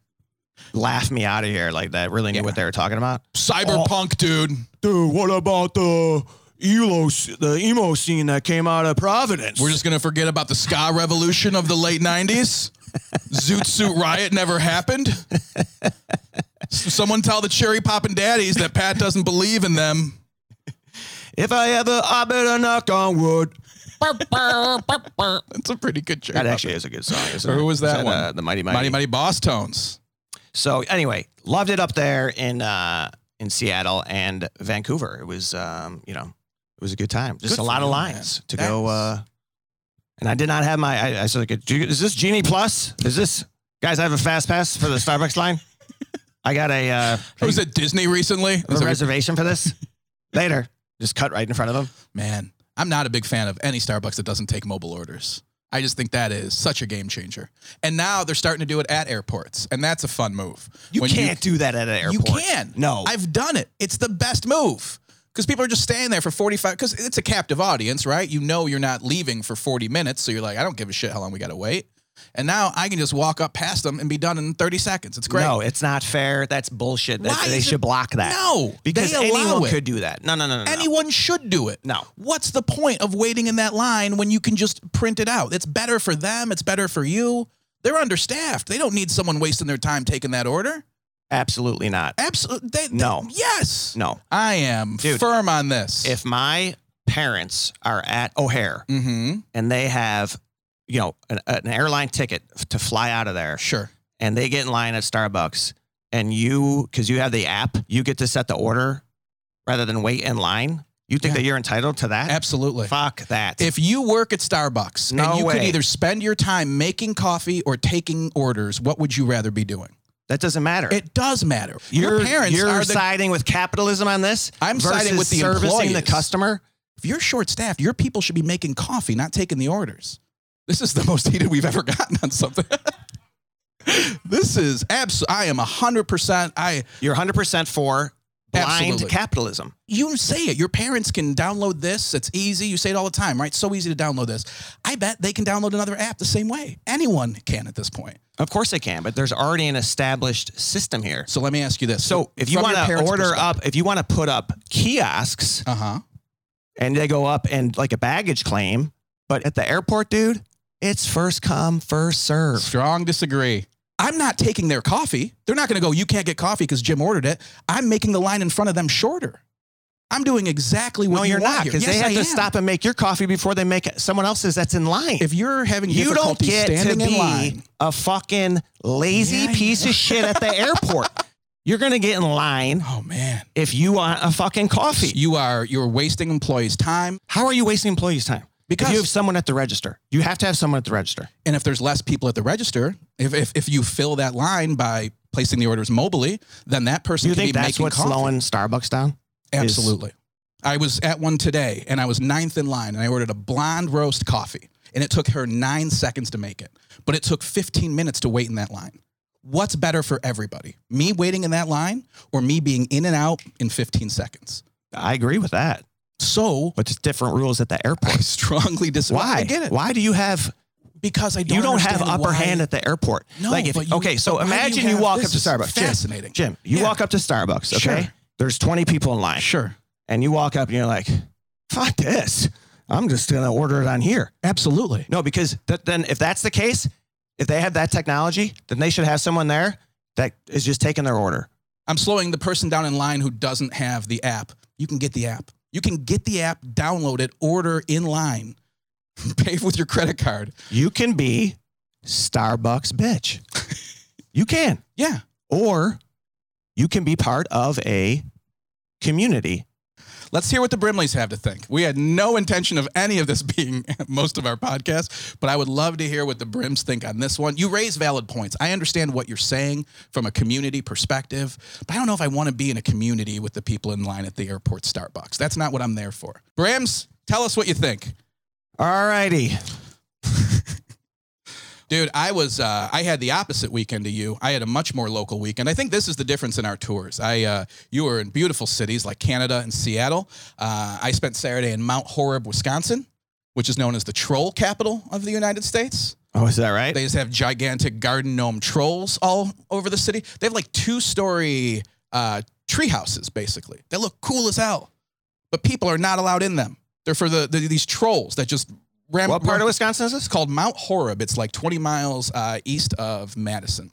[SPEAKER 1] laugh me out of here like that really knew
[SPEAKER 2] Yeah.
[SPEAKER 1] what they were talking about
[SPEAKER 2] cyberpunk, dude.
[SPEAKER 1] dude what about uh, the emo Oh, the emo scene that came out of providence
[SPEAKER 2] We're just going to forget about the ska revolution of the late
[SPEAKER 1] <laughs>
[SPEAKER 2] 90s. Zoot Suit Riot never happened. S- Someone tell the Cherry Poppin' Daddies that Pat doesn't believe in them.
[SPEAKER 1] if i ever i better knock on wood
[SPEAKER 2] That's a pretty good cherry.
[SPEAKER 1] that
[SPEAKER 2] Poppin'.
[SPEAKER 1] actually is a good song isn't
[SPEAKER 2] Who
[SPEAKER 1] it?
[SPEAKER 2] was
[SPEAKER 1] Is
[SPEAKER 2] that
[SPEAKER 1] uh,
[SPEAKER 2] one?
[SPEAKER 1] the mighty mighty,
[SPEAKER 2] Mighty Mighty Boss Tones.
[SPEAKER 1] So anyway, loved it up there in uh, in Seattle and Vancouver. It was um, you know, it was a good time. Just
[SPEAKER 2] Good
[SPEAKER 1] a
[SPEAKER 2] for
[SPEAKER 1] lot of
[SPEAKER 2] you,
[SPEAKER 1] lines
[SPEAKER 2] man.
[SPEAKER 1] to go.
[SPEAKER 2] Thanks.
[SPEAKER 1] Uh, and I did not have my. I, I said, like, "Do you- "Is this Genie Plus? Is this guys? I have a fast pass for the Starbucks
[SPEAKER 2] <laughs>
[SPEAKER 1] line. I got a, uh,
[SPEAKER 2] I was at Disney recently.
[SPEAKER 1] a reservation for
[SPEAKER 2] <laughs>
[SPEAKER 1] this later. Just cut right in front of them.
[SPEAKER 2] Man, I'm not a big fan of any Starbucks that doesn't take mobile orders. I just think that is such a game changer. And now they're starting to do it at airports, and that's a fun move.
[SPEAKER 1] You
[SPEAKER 2] When
[SPEAKER 1] can't do that at an
[SPEAKER 2] You
[SPEAKER 1] airport.
[SPEAKER 2] can.
[SPEAKER 1] No.
[SPEAKER 2] I've done it. It's the best move because people are just staying there for 45 because it's a captive audience, right? You know you're not leaving for 40 minutes, so you're like, I don't give a shit how long we got to wait. And now I can just walk up past them and be done in 30 seconds. It's great.
[SPEAKER 1] No, it's not fair. That's bullshit. That-
[SPEAKER 2] Why
[SPEAKER 1] they
[SPEAKER 2] is it-
[SPEAKER 1] should block that.
[SPEAKER 2] No,
[SPEAKER 1] because
[SPEAKER 2] they allow
[SPEAKER 1] anyone
[SPEAKER 2] it.
[SPEAKER 1] could do that. No, no, no, no. no.
[SPEAKER 2] Anyone should do it.
[SPEAKER 1] No.
[SPEAKER 2] What's the point of waiting in that line when you can just print it out? It's better for them. It's better for you. They're understaffed. They don't need someone wasting their time taking that order.
[SPEAKER 1] absolutely not.
[SPEAKER 2] Absolutely. They,
[SPEAKER 1] No.
[SPEAKER 2] yes.
[SPEAKER 1] No.
[SPEAKER 2] I am
[SPEAKER 1] Dude.
[SPEAKER 2] firm on this.
[SPEAKER 1] if my parents are at O'Hare
[SPEAKER 2] Mm-hmm.
[SPEAKER 1] and they have, you know, an, an airline ticket f- to fly out of there,
[SPEAKER 2] Sure.
[SPEAKER 1] and they get in line at Starbucks, and you, because you have the app, you get to set the order rather than wait in line. You think
[SPEAKER 2] Yeah.
[SPEAKER 1] that you're entitled to that?
[SPEAKER 2] Absolutely.
[SPEAKER 1] Fuck that.
[SPEAKER 2] If you work at Starbucks
[SPEAKER 1] No
[SPEAKER 2] and you could
[SPEAKER 1] way.
[SPEAKER 2] either spend your time making coffee or taking orders, what would you rather be doing?
[SPEAKER 1] that doesn't matter.
[SPEAKER 2] It does matter. Your, parents
[SPEAKER 1] you're
[SPEAKER 2] are the
[SPEAKER 1] siding with capitalism on this.
[SPEAKER 2] I'm
[SPEAKER 1] versus
[SPEAKER 2] siding with the
[SPEAKER 1] servicing the
[SPEAKER 2] employees.
[SPEAKER 1] customer.
[SPEAKER 2] if you're short staffed, your people should be making coffee, not taking the orders. This is the <laughs> most heated we've ever gotten on something. <laughs> this is absolute. I am hundred percent. I
[SPEAKER 1] You're 100% for blind
[SPEAKER 2] Absolutely.
[SPEAKER 1] capitalism.
[SPEAKER 2] you say it. Your parents can download this. It's easy. You say it all the time, right? So easy to download this. I bet they can download another app the same way. Anyone can at this point.
[SPEAKER 1] Of course they can, but there's already an established system here.
[SPEAKER 2] So let me ask you this.
[SPEAKER 1] So if you want to order up, if you want to put up kiosks
[SPEAKER 2] uh huh.
[SPEAKER 1] and they go up and like a baggage claim, but at the airport, dude, it's first come, first serve.
[SPEAKER 2] Strong disagree. I'm not taking their coffee. They're not going to go, you can't get coffee because Jim ordered it. I'm making the line in front of them shorter. I'm doing exactly what
[SPEAKER 1] No,
[SPEAKER 2] you
[SPEAKER 1] you're
[SPEAKER 2] want
[SPEAKER 1] not
[SPEAKER 2] here.
[SPEAKER 1] because they
[SPEAKER 2] Yes,
[SPEAKER 1] have
[SPEAKER 2] I
[SPEAKER 1] to
[SPEAKER 2] am.
[SPEAKER 1] stop and make your coffee before they make someone else's that's in line.
[SPEAKER 2] If you're having
[SPEAKER 1] you don't
[SPEAKER 2] difficulty
[SPEAKER 1] get to
[SPEAKER 2] standing in
[SPEAKER 1] be
[SPEAKER 2] line,
[SPEAKER 1] a fucking lazy
[SPEAKER 2] Yeah,
[SPEAKER 1] piece of shit at
[SPEAKER 2] <laughs>
[SPEAKER 1] the airport. You're gonna get in line
[SPEAKER 2] oh man,
[SPEAKER 1] if you want a fucking coffee.
[SPEAKER 2] you are you're wasting employees' time.
[SPEAKER 1] How are you wasting employees' time? If
[SPEAKER 2] Because
[SPEAKER 1] you have someone at the register, you have to have someone at the register.
[SPEAKER 2] and if there's less people at the register, if if, if you fill that line by placing the orders mobily, then that person
[SPEAKER 1] Do you
[SPEAKER 2] can
[SPEAKER 1] think
[SPEAKER 2] be
[SPEAKER 1] that's
[SPEAKER 2] making
[SPEAKER 1] what's
[SPEAKER 2] coffee.
[SPEAKER 1] slowing Starbucks down?
[SPEAKER 2] Absolutely. I was at one today and I was ninth in line and I ordered a blonde roast coffee and it took her nine seconds to make it, but it took 15 minutes to wait in that line. What's better for everybody? Me waiting in that line or me being in and out in 15 seconds?
[SPEAKER 1] I agree with that,
[SPEAKER 2] So <laughs>
[SPEAKER 1] but it's different rules at the airport.
[SPEAKER 2] I <laughs> strongly disagree.
[SPEAKER 1] Why?
[SPEAKER 2] I get it.
[SPEAKER 1] Why do you have
[SPEAKER 2] Because I don't
[SPEAKER 1] you don't have
[SPEAKER 2] understand
[SPEAKER 1] upper
[SPEAKER 2] why-
[SPEAKER 1] hand at the airport?
[SPEAKER 2] No,
[SPEAKER 1] like if,
[SPEAKER 2] but you-
[SPEAKER 1] okay, so
[SPEAKER 2] but why do
[SPEAKER 1] imagine
[SPEAKER 2] you
[SPEAKER 1] you,
[SPEAKER 2] have-
[SPEAKER 1] walk up
[SPEAKER 2] this
[SPEAKER 1] to
[SPEAKER 2] is
[SPEAKER 1] Starbucks. Jim.
[SPEAKER 2] fascinating.
[SPEAKER 1] Jim, you
[SPEAKER 2] Yeah.
[SPEAKER 1] walk up to Starbucks, okay?
[SPEAKER 2] Sure.
[SPEAKER 1] There's 20 people in line.
[SPEAKER 2] Sure.
[SPEAKER 1] And you walk up and you're like, fuck this. I'm just going to order it on here.
[SPEAKER 2] Absolutely.
[SPEAKER 1] No, because th- then if that's the case, if they have that technology, then they should have someone there that is just taking their order.
[SPEAKER 2] I'm slowing the person down in line who doesn't have the app. You can get the app. You can get the app, download it, order in line, <laughs> pay with your credit card.
[SPEAKER 1] You can be Starbucks
[SPEAKER 2] <laughs>
[SPEAKER 1] bitch. you can.
[SPEAKER 2] Yeah.
[SPEAKER 1] Or you can be part of a community.
[SPEAKER 2] Let's hear what the Brimleys have to think. We had no intention of any of this <laughs> being most of our podcast, but I would love to hear what the Brims think on this one. You raise valid points. I understand what you're saying from a community perspective, but I don't know if I want to be in a community with the people in line at the airport Starbucks. That's not what I'm there for. Brims, tell us what you think.
[SPEAKER 1] All righty.
[SPEAKER 2] Dude, I was uh, I had the opposite weekend to you. I had a much more local weekend. I think this is the difference in our tours. I uh, you were in beautiful cities like Canada and Seattle. Uh, I spent Saturday in Mount Horeb, Wisconsin, which is known as the troll capital of the United States.
[SPEAKER 1] Oh, is that right?
[SPEAKER 2] They just have gigantic garden gnome trolls all over the city. They have like two story uh, tree houses basically. They look cool as hell, but people are not allowed in them. They're for the, the these trolls that just ram.
[SPEAKER 1] what part of Wisconsin is this?
[SPEAKER 2] It's called Mount Horeb. It's like 20 miles uh, east of Madison.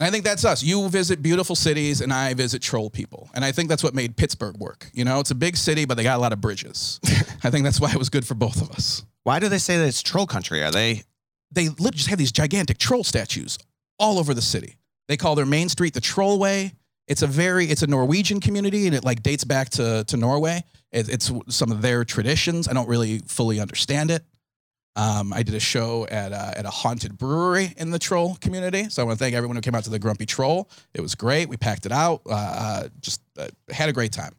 [SPEAKER 2] And I think that's us. You visit beautiful cities, and I visit troll people. And I think that's what made Pittsburgh work. You know, it's a big city, but they got a lot of bridges. I think that's why it was good for both of us.
[SPEAKER 1] Why do they say that it's troll country? Are they
[SPEAKER 2] They lit- just have these gigantic troll statues all over the city. They call their main street the Troll Way. It's a very, it's a Norwegian community, and it like dates back to to Norway. It, it's some of their traditions. I don't really fully understand it. Um, I did a show at uh, at a haunted brewery in the troll community, so I want to thank everyone who came out to the Grumpy Troll. It was great. We packed it out. Uh, uh, just uh, had a great time.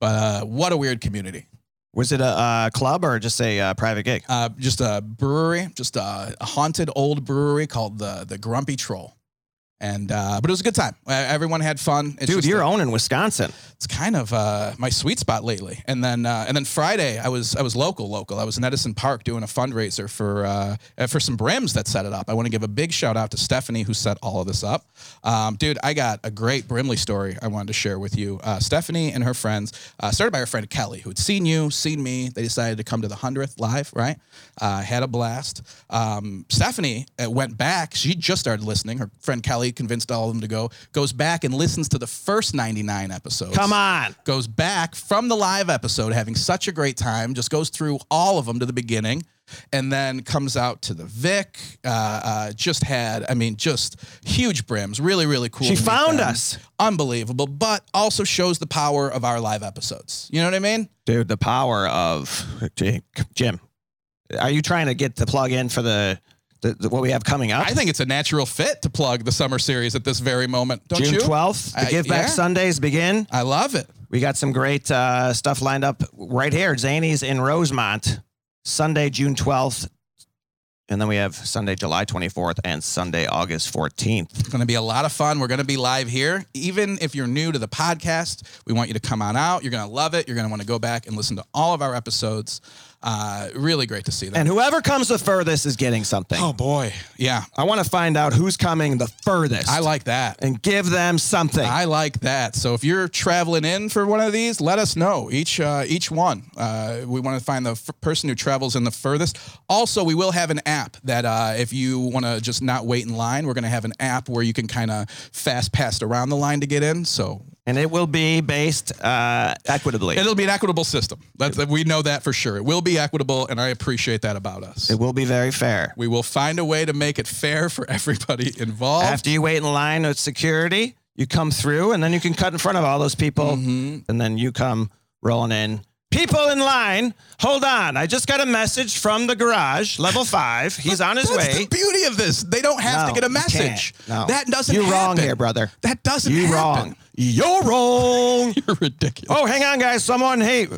[SPEAKER 2] But uh, what a weird community.
[SPEAKER 1] was it a, uh club or just a uh, private gig?
[SPEAKER 2] Uh, just a brewery, just a, a haunted old brewery called the the Grumpy Troll. And uh, but it was a good time. Uh, Everyone had fun. It's
[SPEAKER 1] Dude,
[SPEAKER 2] just
[SPEAKER 1] you're
[SPEAKER 2] a-
[SPEAKER 1] owning Wisconsin.
[SPEAKER 2] it's kind of uh, my sweet spot lately. And then uh, and then Friday, I was I was local local. I was in Edison Park doing a fundraiser for uh, uh, for some brims that set it up. I want to give a big shout out to Stephanie who set all of this up. Um, dude, I got a great Brimley story I wanted to share with you. Uh, Stephanie and her friends uh, started by her friend Kelly, who had seen you, seen me. They decided to come to the hundredth live. Right, uh, had a blast. Um, Stephanie uh, went back. She just started listening. Her friend Kelly convinced all of them to go. Goes back and listens to the first ninety nine episodes
[SPEAKER 1] Come on.
[SPEAKER 2] goes back from the live episode having such a great time just goes through all of them to the beginning and then comes out to the vic uh, uh, just had i mean just huge brims really really cool
[SPEAKER 1] She
[SPEAKER 2] to meet
[SPEAKER 1] found
[SPEAKER 2] them.
[SPEAKER 1] us.
[SPEAKER 2] unbelievable but also shows the power of our live episodes you know what i mean
[SPEAKER 1] Dude, the power of Jim. Are you trying to get the plug in for the, the, the- what we have coming up?
[SPEAKER 2] i think it's a natural fit to plug the summer series at this very moment don't
[SPEAKER 1] June
[SPEAKER 2] you
[SPEAKER 1] 12th, the
[SPEAKER 2] I-
[SPEAKER 1] Give Back
[SPEAKER 2] yeah.
[SPEAKER 1] Sundays begin.
[SPEAKER 2] i love it
[SPEAKER 1] We got some great uh, stuff lined up right here. Zanies in Rosemont, Sunday, June 12th. And then we have Sunday, July 24th and Sunday, August 14th.
[SPEAKER 2] It's going to be a lot of fun. We're going to be live here. Even if you're new to the podcast, we want you to come on out. You're going to love it. You're going to want to go back and listen to all of our episodes. Uh, really great to see that.
[SPEAKER 1] And whoever comes the furthest is getting something.
[SPEAKER 2] oh, boy. Yeah.
[SPEAKER 1] I want to find out who's coming the furthest
[SPEAKER 2] I like that.
[SPEAKER 1] and give them something.
[SPEAKER 2] I like that. So if you're traveling in for one of these, let us know. Each uh, each one, uh, we want to find the f- person who travels in the furthest. Also, we will have an app that uh, if you want to just not wait in line, we're going to have an app where you can kind of fast pass around the line to get in. So
[SPEAKER 1] and it will be based uh, equitably.
[SPEAKER 2] It'll be an equitable system. That's, we know that for sure. It will be equitable, and I appreciate that about us.
[SPEAKER 1] It will be very fair.
[SPEAKER 2] we will find a way to make it fair for <laughs> everybody involved.
[SPEAKER 1] After you wait in line with security,
[SPEAKER 2] Mm-hmm.
[SPEAKER 1] you come through and then you can cut in front of all those people. And then you come rolling in. People people in line, hold on. I just got a message from the garage, level five. He's on his
[SPEAKER 2] That's
[SPEAKER 1] way.
[SPEAKER 2] the beauty of this. They don't have to
[SPEAKER 1] No,
[SPEAKER 2] get a
[SPEAKER 1] you can't.
[SPEAKER 2] message.
[SPEAKER 1] No.
[SPEAKER 2] That doesn't
[SPEAKER 1] You're wrong
[SPEAKER 2] happen.
[SPEAKER 1] here, brother.
[SPEAKER 2] That doesn't
[SPEAKER 1] You're
[SPEAKER 2] happen.
[SPEAKER 1] wrong. You're wrong.
[SPEAKER 2] <laughs> You're ridiculous.
[SPEAKER 1] oh, hang on, guys. Someone, hey.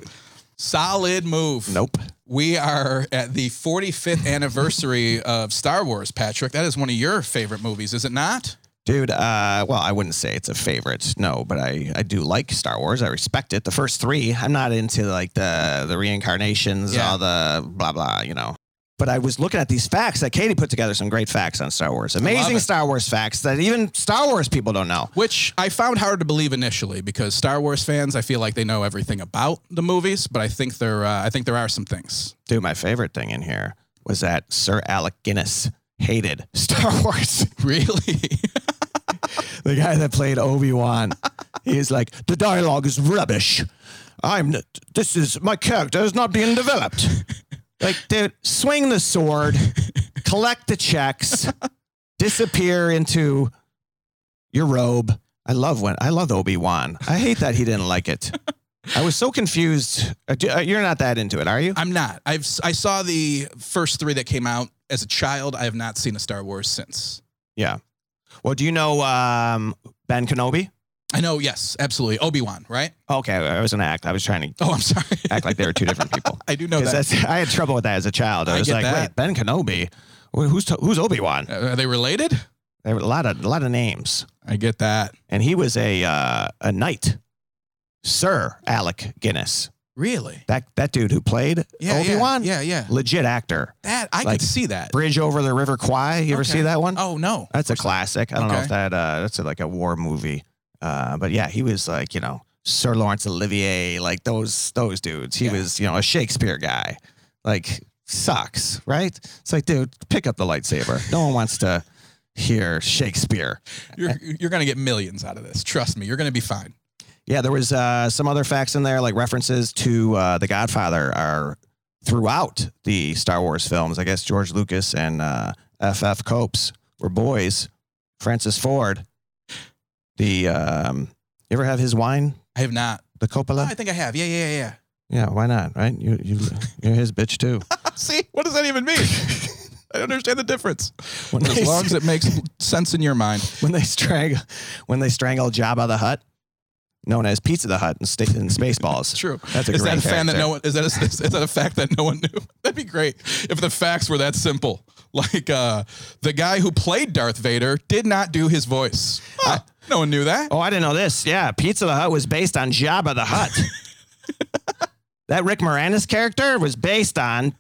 [SPEAKER 2] Solid move.
[SPEAKER 1] Nope.
[SPEAKER 2] We are at the 45th anniversary of Star Wars, Patrick. That is one of your favorite movies, is it not?
[SPEAKER 1] Dude, uh, well, I wouldn't say it's a favorite, no, but I, I do like Star Wars. I respect it. The first three, I'm not into like the the reincarnations,
[SPEAKER 2] Yeah.
[SPEAKER 1] all the blah blah, you know. But I was looking at these facts that Katie put together some great facts on Star Wars, amazing
[SPEAKER 2] it.
[SPEAKER 1] Star Wars facts that even Star Wars people don't know.
[SPEAKER 2] Which I found hard to believe initially because Star Wars fans, I feel like they know everything about the movies, but I think there, uh, I think there are some things.
[SPEAKER 1] Dude, my favorite thing in here was that Sir Alec Guinness hated <laughs> Star Wars.
[SPEAKER 2] Really?
[SPEAKER 1] the guy that played Obi Wan, he's like, the dialogue is rubbish. I'm. n- This is my character is not being developed. like, dude, swing the sword, collect the checks, disappear into your robe. I love when I love Obi Wan. I hate that he didn't like it. I was so confused. Uh, do- uh, You're not that into it, are you?
[SPEAKER 2] I'm not. I've s- I saw the first three that came out as a child. I have not seen a Star Wars since.
[SPEAKER 1] Yeah. Well, do you know um, Ben Kenobi?
[SPEAKER 2] I know. Yes, absolutely. Obi Wan, right?
[SPEAKER 1] Okay, I was an act. I was trying to
[SPEAKER 2] Oh, I'm <laughs> sorry.
[SPEAKER 1] act like they were two different people.
[SPEAKER 2] I do know
[SPEAKER 1] 'Cause
[SPEAKER 2] that.
[SPEAKER 1] that's- I had trouble with that <laughs> as a child. I,
[SPEAKER 2] I
[SPEAKER 1] was
[SPEAKER 2] get
[SPEAKER 1] like,
[SPEAKER 2] that.
[SPEAKER 1] wait, Ben Kenobi? Wh- Who's to- who's Obi Wan?
[SPEAKER 2] Uh, Are they related?
[SPEAKER 1] There were a lot of a lot of names,
[SPEAKER 2] I get that.
[SPEAKER 1] and he was a uh, a knight, Sir Alec Guinness.
[SPEAKER 2] Really?
[SPEAKER 1] That that dude who played
[SPEAKER 2] Yeah. yeah,
[SPEAKER 1] Obi Wan,
[SPEAKER 2] Yeah, yeah.
[SPEAKER 1] legit actor.
[SPEAKER 2] That I
[SPEAKER 1] Like-
[SPEAKER 2] could see that.
[SPEAKER 1] Bridge over the River Kwai. You ever
[SPEAKER 2] Okay.
[SPEAKER 1] see that one?
[SPEAKER 2] Oh no.
[SPEAKER 1] That's a classic. I don't know
[SPEAKER 2] Okay.
[SPEAKER 1] if that uh, that's a, like a war movie, uh, but yeah, he was like you know Sir Lawrence Olivier, like those those dudes. He
[SPEAKER 2] Yeah.
[SPEAKER 1] was you know a Shakespeare guy, like sucks, right? It's like, dude, pick up the lightsaber. No one wants to hear Shakespeare.
[SPEAKER 2] You're you're gonna get millions out of this. Trust me. You're gonna be fine.
[SPEAKER 1] Yeah, there was uh, some other facts in there, like references to uh, The Godfather are throughout the Star Wars films. I guess George Lucas and uh, F.F. Copes were boys. Francis Ford, the um, you ever have his wine,
[SPEAKER 2] I have not.
[SPEAKER 1] the
[SPEAKER 2] Oh,
[SPEAKER 1] Coppola?
[SPEAKER 2] I think I have. Yeah, yeah, yeah.
[SPEAKER 1] Yeah, why not? Right? You you you're his bitch
[SPEAKER 2] <laughs>
[SPEAKER 1] too.
[SPEAKER 2] yeah. see, what does that even mean? I don't understand the difference.
[SPEAKER 1] When they,
[SPEAKER 2] <laughs> As long as it makes sense in your mind.
[SPEAKER 1] when they strangle when they strangle Jabba the Hutt, known as Pizza the Hut in, sta- in Spaceballs.
[SPEAKER 2] True.
[SPEAKER 1] That's a
[SPEAKER 2] is
[SPEAKER 1] great
[SPEAKER 2] that a fan that
[SPEAKER 1] character.
[SPEAKER 2] no one is that a, <laughs> is that a fact that no one knew? <laughs> That'd be great if the facts were that simple. <laughs> Like uh, the guy who played Darth Vader did not do his voice. Huh, no one knew that.
[SPEAKER 1] Oh, I didn't know this. Yeah, Pizza the Hut was based on Jabba the Hutt.
[SPEAKER 2] <laughs>
[SPEAKER 1] that Rick Moranis character was based on.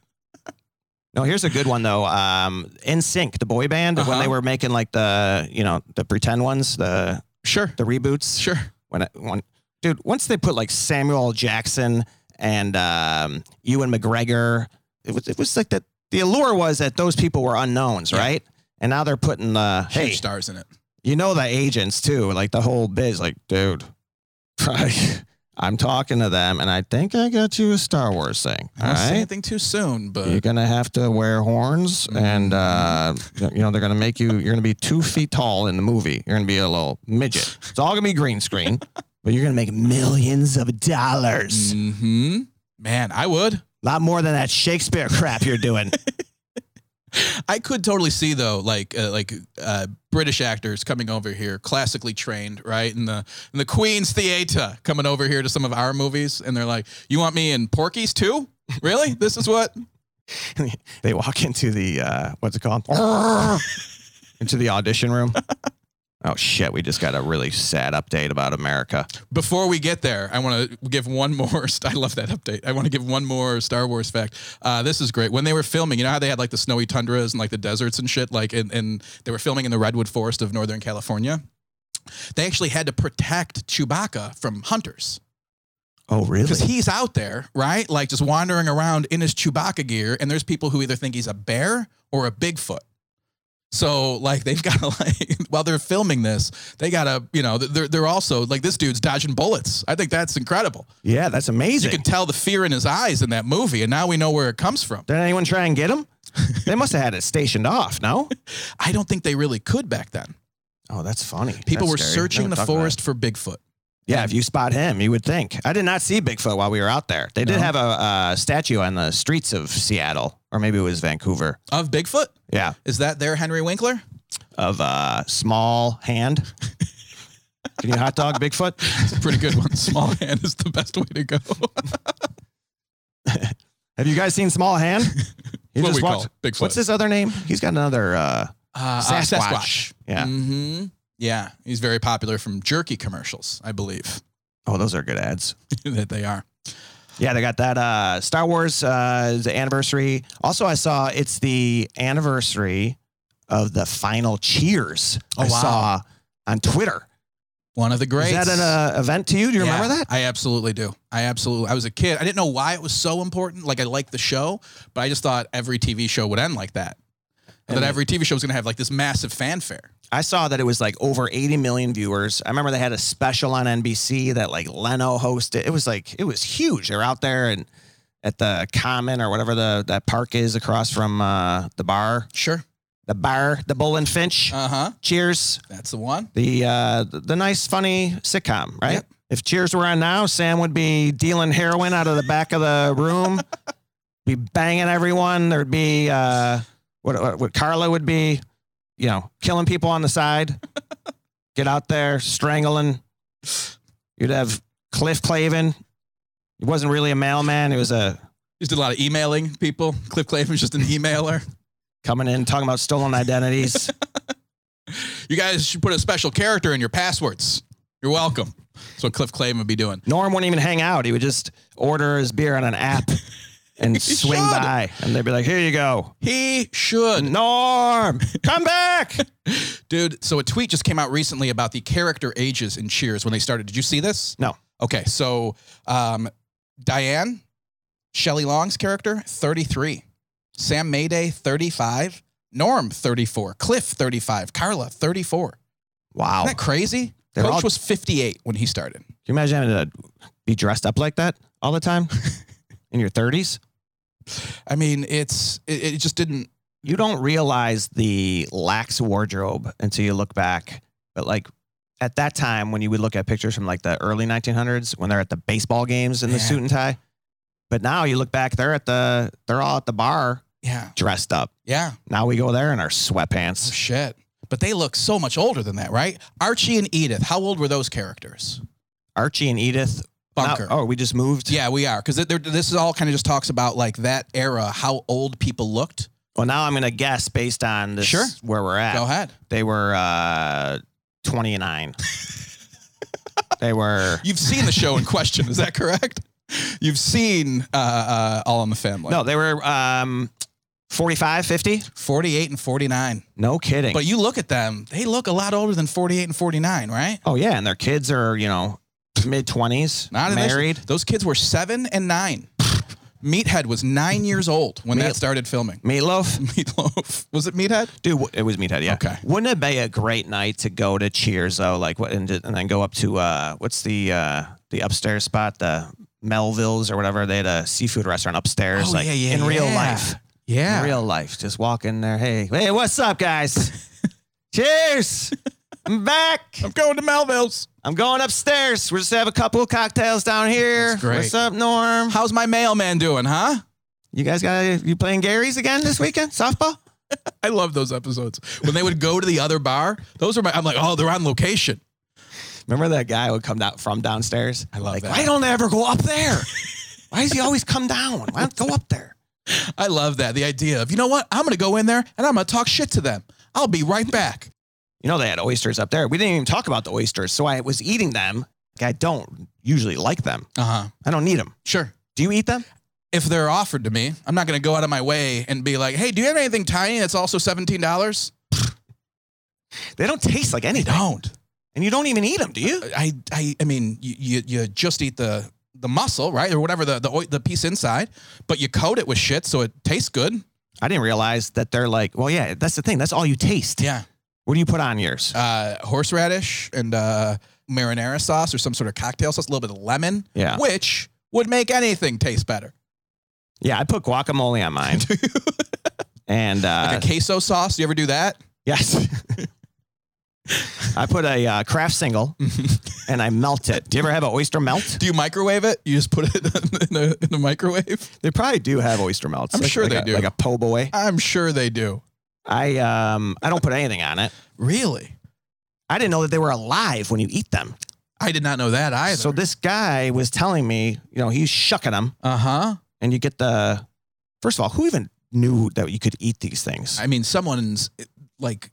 [SPEAKER 1] No, here's a good one though. Um, In Sync, the boy band, when
[SPEAKER 2] Uh-huh.
[SPEAKER 1] they were making like the you know the pretend ones, the
[SPEAKER 2] Sure,
[SPEAKER 1] the reboots.
[SPEAKER 2] sure.
[SPEAKER 1] When it, when dude, once they put like Samuel L. Jackson and um, Ewan McGregor, it was it was like that. The allure was that those people were unknowns,
[SPEAKER 2] Yeah.
[SPEAKER 1] right? And now they're putting the
[SPEAKER 2] Huge
[SPEAKER 1] hey,
[SPEAKER 2] stars in it.
[SPEAKER 1] you know the agents too, like the whole biz. Like, dude, <laughs> I'm talking to them, and I think I got you a Star Wars thing.
[SPEAKER 2] I
[SPEAKER 1] All
[SPEAKER 2] don't say
[SPEAKER 1] right,
[SPEAKER 2] anything too soon, but
[SPEAKER 1] you're gonna have to wear horns,
[SPEAKER 2] Mm.
[SPEAKER 1] and uh, you know they're gonna make you. You're gonna be two feet tall in the movie. You're gonna be a little midget. It's all gonna be green
[SPEAKER 2] <laughs>
[SPEAKER 1] screen, but you're gonna make millions of dollars.
[SPEAKER 2] hmm man, I would.
[SPEAKER 1] A lot more than that Shakespeare crap you're doing.
[SPEAKER 2] <laughs> I could totally see though, like uh, like uh, British actors coming over here, classically trained, right? In the in the Queen's Theatre, coming over here to some of our movies, and they're like, "You want me in Porky's too? Really? This is what?"
[SPEAKER 1] they walk <laughs> into the uh, what's it <laughs> called? into the audition room. Oh shit! We just got a really sad update about America.
[SPEAKER 2] Before we get there, I want to give one more. <laughs> I love that update. I want to give one more Star Wars fact. Uh, this is great. When they were filming, you know how they had like the snowy tundras and like the deserts and shit, like and, and they were filming in the redwood forest of Northern California. They actually had to protect Chewbacca from hunters.
[SPEAKER 1] Oh really?
[SPEAKER 2] Because he's out there, right? Like just wandering around in his Chewbacca gear, and there's people who either think he's a bear or a Bigfoot. So like they've got <laughs> to like while they're filming this, they gotta you know they're they're also like this dude's dodging bullets. I think that's incredible.
[SPEAKER 1] yeah, that's
[SPEAKER 2] You
[SPEAKER 1] amazing.
[SPEAKER 2] can tell the fear in his eyes in that movie, and now we know where it comes from.
[SPEAKER 1] Did anyone try and <laughs> get him? they must have had it stationed off. No.
[SPEAKER 2] I don't think they really could back then.
[SPEAKER 1] Oh, that's funny.
[SPEAKER 2] People
[SPEAKER 1] That's
[SPEAKER 2] were
[SPEAKER 1] scary.
[SPEAKER 2] searching
[SPEAKER 1] Never
[SPEAKER 2] the
[SPEAKER 1] talked about
[SPEAKER 2] forest for Bigfoot.
[SPEAKER 1] it. Yeah, if you spot him, you would think. I did not see Bigfoot while we were out there. They did have a uh, statue on the streets of Seattle, or maybe it was Vancouver.
[SPEAKER 2] Of Bigfoot?
[SPEAKER 1] Yeah,
[SPEAKER 2] Is that their Henry Winkler?
[SPEAKER 1] of uh, small <laughs> hand. Can you hot dog Bigfoot?
[SPEAKER 2] It's a pretty good one. <laughs> Small hand is the best way to go.
[SPEAKER 1] Have you guys seen Small
[SPEAKER 2] <laughs>
[SPEAKER 1] Hand? He
[SPEAKER 2] What
[SPEAKER 1] just
[SPEAKER 2] we
[SPEAKER 1] walked-
[SPEAKER 2] call Bigfoot.
[SPEAKER 1] What's his other name? He's got another uh,
[SPEAKER 2] Uh, uh,
[SPEAKER 1] Sasquatch. Yeah.
[SPEAKER 2] hmm Yeah. He's very popular from jerky commercials, I believe <laughs>
[SPEAKER 1] Oh, those are good ads.
[SPEAKER 2] that they are.
[SPEAKER 1] Yeah, they got that uh, Star Wars uh, the anniversary. Also, I saw it's the anniversary of the final Cheers.
[SPEAKER 2] Oh,
[SPEAKER 1] I
[SPEAKER 2] wow.
[SPEAKER 1] saw on Twitter.
[SPEAKER 2] One of the
[SPEAKER 1] Is
[SPEAKER 2] greats.
[SPEAKER 1] that an uh, event to you? Do you
[SPEAKER 2] Yeah,
[SPEAKER 1] remember that?
[SPEAKER 2] I absolutely do. I absolutely. I was a kid. I didn't know why it was so important. Like I liked the show, but I just thought every TV show would end like that. I thought
[SPEAKER 1] And-
[SPEAKER 2] every TV show was going to have like this massive fanfare.
[SPEAKER 1] I saw that it was like over 80 million viewers. I remember they had a special on NBC that like Leno hosted. It was like it was huge. They're out there and at the Common or whatever the that park is across from uh, the bar,
[SPEAKER 2] Sure.
[SPEAKER 1] the bar, the Bull and Finch.
[SPEAKER 2] Uh huh.
[SPEAKER 1] Cheers,
[SPEAKER 2] That's the one.
[SPEAKER 1] the uh, the the nice funny sitcom, right?
[SPEAKER 2] Yep.
[SPEAKER 1] If Cheers were on now, Sam would be dealing heroin out of the back of the room, <laughs> be banging everyone. There'd be uh, what, what what Carla would be, you know, killing people on the side. Get out there, strangling. You'd have Cliff Clavin. He wasn't really a mailman. He was a
[SPEAKER 2] Just did a lot of emailing people. <laughs> Cliff Clavin's just an emailer.
[SPEAKER 1] coming in talking about stolen identities.
[SPEAKER 2] You guys should put a special character in your passwords. You're welcome. That's what Cliff Clavin would be doing.
[SPEAKER 1] Norm wouldn't even hang out. He would just order his beer on an app and
[SPEAKER 2] <laughs> He
[SPEAKER 1] swing
[SPEAKER 2] should. Uh,
[SPEAKER 1] by, and they'd be like, "Here you go,
[SPEAKER 2] He should.
[SPEAKER 1] Norm, come back."
[SPEAKER 2] Dude, so a tweet just came out recently about the character ages in Cheers when they started. Did you see this?
[SPEAKER 1] No.
[SPEAKER 2] Okay, so um, Diane, Shelley Long's character, 33. Sam Mayday, 35. Norm, 34. Cliff, 35. Carla, 34.
[SPEAKER 1] wow,
[SPEAKER 2] Isn't that
[SPEAKER 1] can
[SPEAKER 2] crazy?
[SPEAKER 1] They're
[SPEAKER 2] Coach
[SPEAKER 1] all-
[SPEAKER 2] was 58 when he started.
[SPEAKER 1] you imagine having to be dressed up like that all the
[SPEAKER 2] <laughs>
[SPEAKER 1] time in your thirties?
[SPEAKER 2] I mean, it's it, it just didn't.
[SPEAKER 1] You don't realize the lax wardrobe until you look back. But like at that time, when you would look at pictures from like the early 1900s, when they're at the baseball games in the
[SPEAKER 2] Yeah.
[SPEAKER 1] suit and tie. But now you look back, they're at the they're all at the bar
[SPEAKER 2] Yeah.
[SPEAKER 1] dressed up.
[SPEAKER 2] Yeah.
[SPEAKER 1] Now we go there in our
[SPEAKER 2] Oh,
[SPEAKER 1] sweatpants.
[SPEAKER 2] shit. But they look so much older than that, right? Archie and Edith, how old were those characters?
[SPEAKER 1] Archie and Edith. Now-
[SPEAKER 2] Bunker.
[SPEAKER 1] oh, we just moved.
[SPEAKER 2] Yeah, we are because this is all kind of just talks about like that era, how old people looked.
[SPEAKER 1] Well, now I'm gonna guess based on this
[SPEAKER 2] Sure.
[SPEAKER 1] where we're at.
[SPEAKER 2] Go ahead.
[SPEAKER 1] They were uh,
[SPEAKER 2] <laughs>
[SPEAKER 1] 29. they were
[SPEAKER 2] You've seen the show in question, is that correct? You've seen uh, uh, All in the Family.
[SPEAKER 1] no, they were um, 45, 50.
[SPEAKER 2] forty-eight and forty-nine.
[SPEAKER 1] No kidding.
[SPEAKER 2] But you look at them; they look a lot older than forty-eight and forty-nine, right?
[SPEAKER 1] oh yeah, and their kids are you know mid 20s,
[SPEAKER 2] Not in this-
[SPEAKER 1] married.
[SPEAKER 2] Those kids were seven and nine. Meathead was nine years old when
[SPEAKER 1] Meat-
[SPEAKER 2] that started filming. <laughs>
[SPEAKER 1] Meatloaf,
[SPEAKER 2] Meatloaf was it Meathead?
[SPEAKER 1] dude, w- it was Meathead. Yeah.
[SPEAKER 2] Okay.
[SPEAKER 1] Wouldn't it be a great night to go to Cheers though? Like what, and, and then go up to uh, what's the uh, the upstairs spot, the Melville's or whatever? They had a seafood restaurant upstairs,
[SPEAKER 2] Oh,
[SPEAKER 1] like
[SPEAKER 2] yeah, yeah,
[SPEAKER 1] in real
[SPEAKER 2] yeah.
[SPEAKER 1] life.
[SPEAKER 2] Yeah.
[SPEAKER 1] In real life, just walk in there. Hey, hey, what's up,
[SPEAKER 2] <laughs>
[SPEAKER 1] guys? Cheers! I'm back.
[SPEAKER 2] I'm going to Melville's.
[SPEAKER 1] I'm going upstairs. We're just have a couple of cocktails down here.
[SPEAKER 2] That's great.
[SPEAKER 1] What's up, Norm?
[SPEAKER 2] How's my mailman doing, huh?
[SPEAKER 1] You guys got you playing Gary's again this weekend? Softball?
[SPEAKER 2] I love those episodes when they would go to the other bar. Those are my. I'm like, oh, they're on location.
[SPEAKER 1] Remember that guy would come down from downstairs? I
[SPEAKER 2] love
[SPEAKER 1] like,
[SPEAKER 2] that.
[SPEAKER 1] Why don't they ever go up there? <laughs> Why does he always come down? Why don't go up there?
[SPEAKER 2] I love that. The idea of you know what? I'm gonna go in there and I'm gonna talk shit to them. I'll be right back.
[SPEAKER 1] You know they had oysters up there. We didn't even talk about the oysters, so I was eating them. Like, I don't usually like them.
[SPEAKER 2] Uh huh.
[SPEAKER 1] I don't need them.
[SPEAKER 2] Sure.
[SPEAKER 1] Do you eat them?
[SPEAKER 2] If they're offered to me, I'm not gonna go out of my way and be like, hey, do you have anything tiny that's also seventeen dollars?
[SPEAKER 1] They don't taste like anything.
[SPEAKER 2] Don't.
[SPEAKER 1] And you don't even eat them, do you?
[SPEAKER 2] I I I mean, you you, you just eat the. The muscle, right, or whatever the, the oi- the piece inside, but you coat it with shit so it tastes good.
[SPEAKER 1] I didn't realize that they're like, well, yeah, that's the thing. That's all you taste.
[SPEAKER 2] Yeah,
[SPEAKER 1] What do you put on yours?
[SPEAKER 2] uh, horseradish and uh, marinara sauce or some sort of cocktail sauce, a little bit of lemon,
[SPEAKER 1] Yeah.
[SPEAKER 2] which would make anything taste better.
[SPEAKER 1] Yeah, I put guacamole on <laughs> mine. and uh, <laughs>
[SPEAKER 2] Like a queso sauce, you ever do that?
[SPEAKER 1] yes, I put a uh, craft single and I melt it. Do you ever have an oyster melt?
[SPEAKER 2] Do you microwave it? You just put it <laughs> in the, in the microwave?
[SPEAKER 1] They probably do have oyster melts.
[SPEAKER 2] I'm
[SPEAKER 1] like-
[SPEAKER 2] sure
[SPEAKER 1] like
[SPEAKER 2] they
[SPEAKER 1] a-
[SPEAKER 2] do.
[SPEAKER 1] Like a po' boy.
[SPEAKER 2] I'm sure they do.
[SPEAKER 1] I um I don't put anything on it.
[SPEAKER 2] Really?
[SPEAKER 1] I didn't know that they were alive when you eat them.
[SPEAKER 2] I did not know that either.
[SPEAKER 1] So this guy was telling me, you know, he's shucking them,
[SPEAKER 2] uh huh.
[SPEAKER 1] and you get the. First of all, who even knew that you could eat these things?
[SPEAKER 2] I mean, someone's like,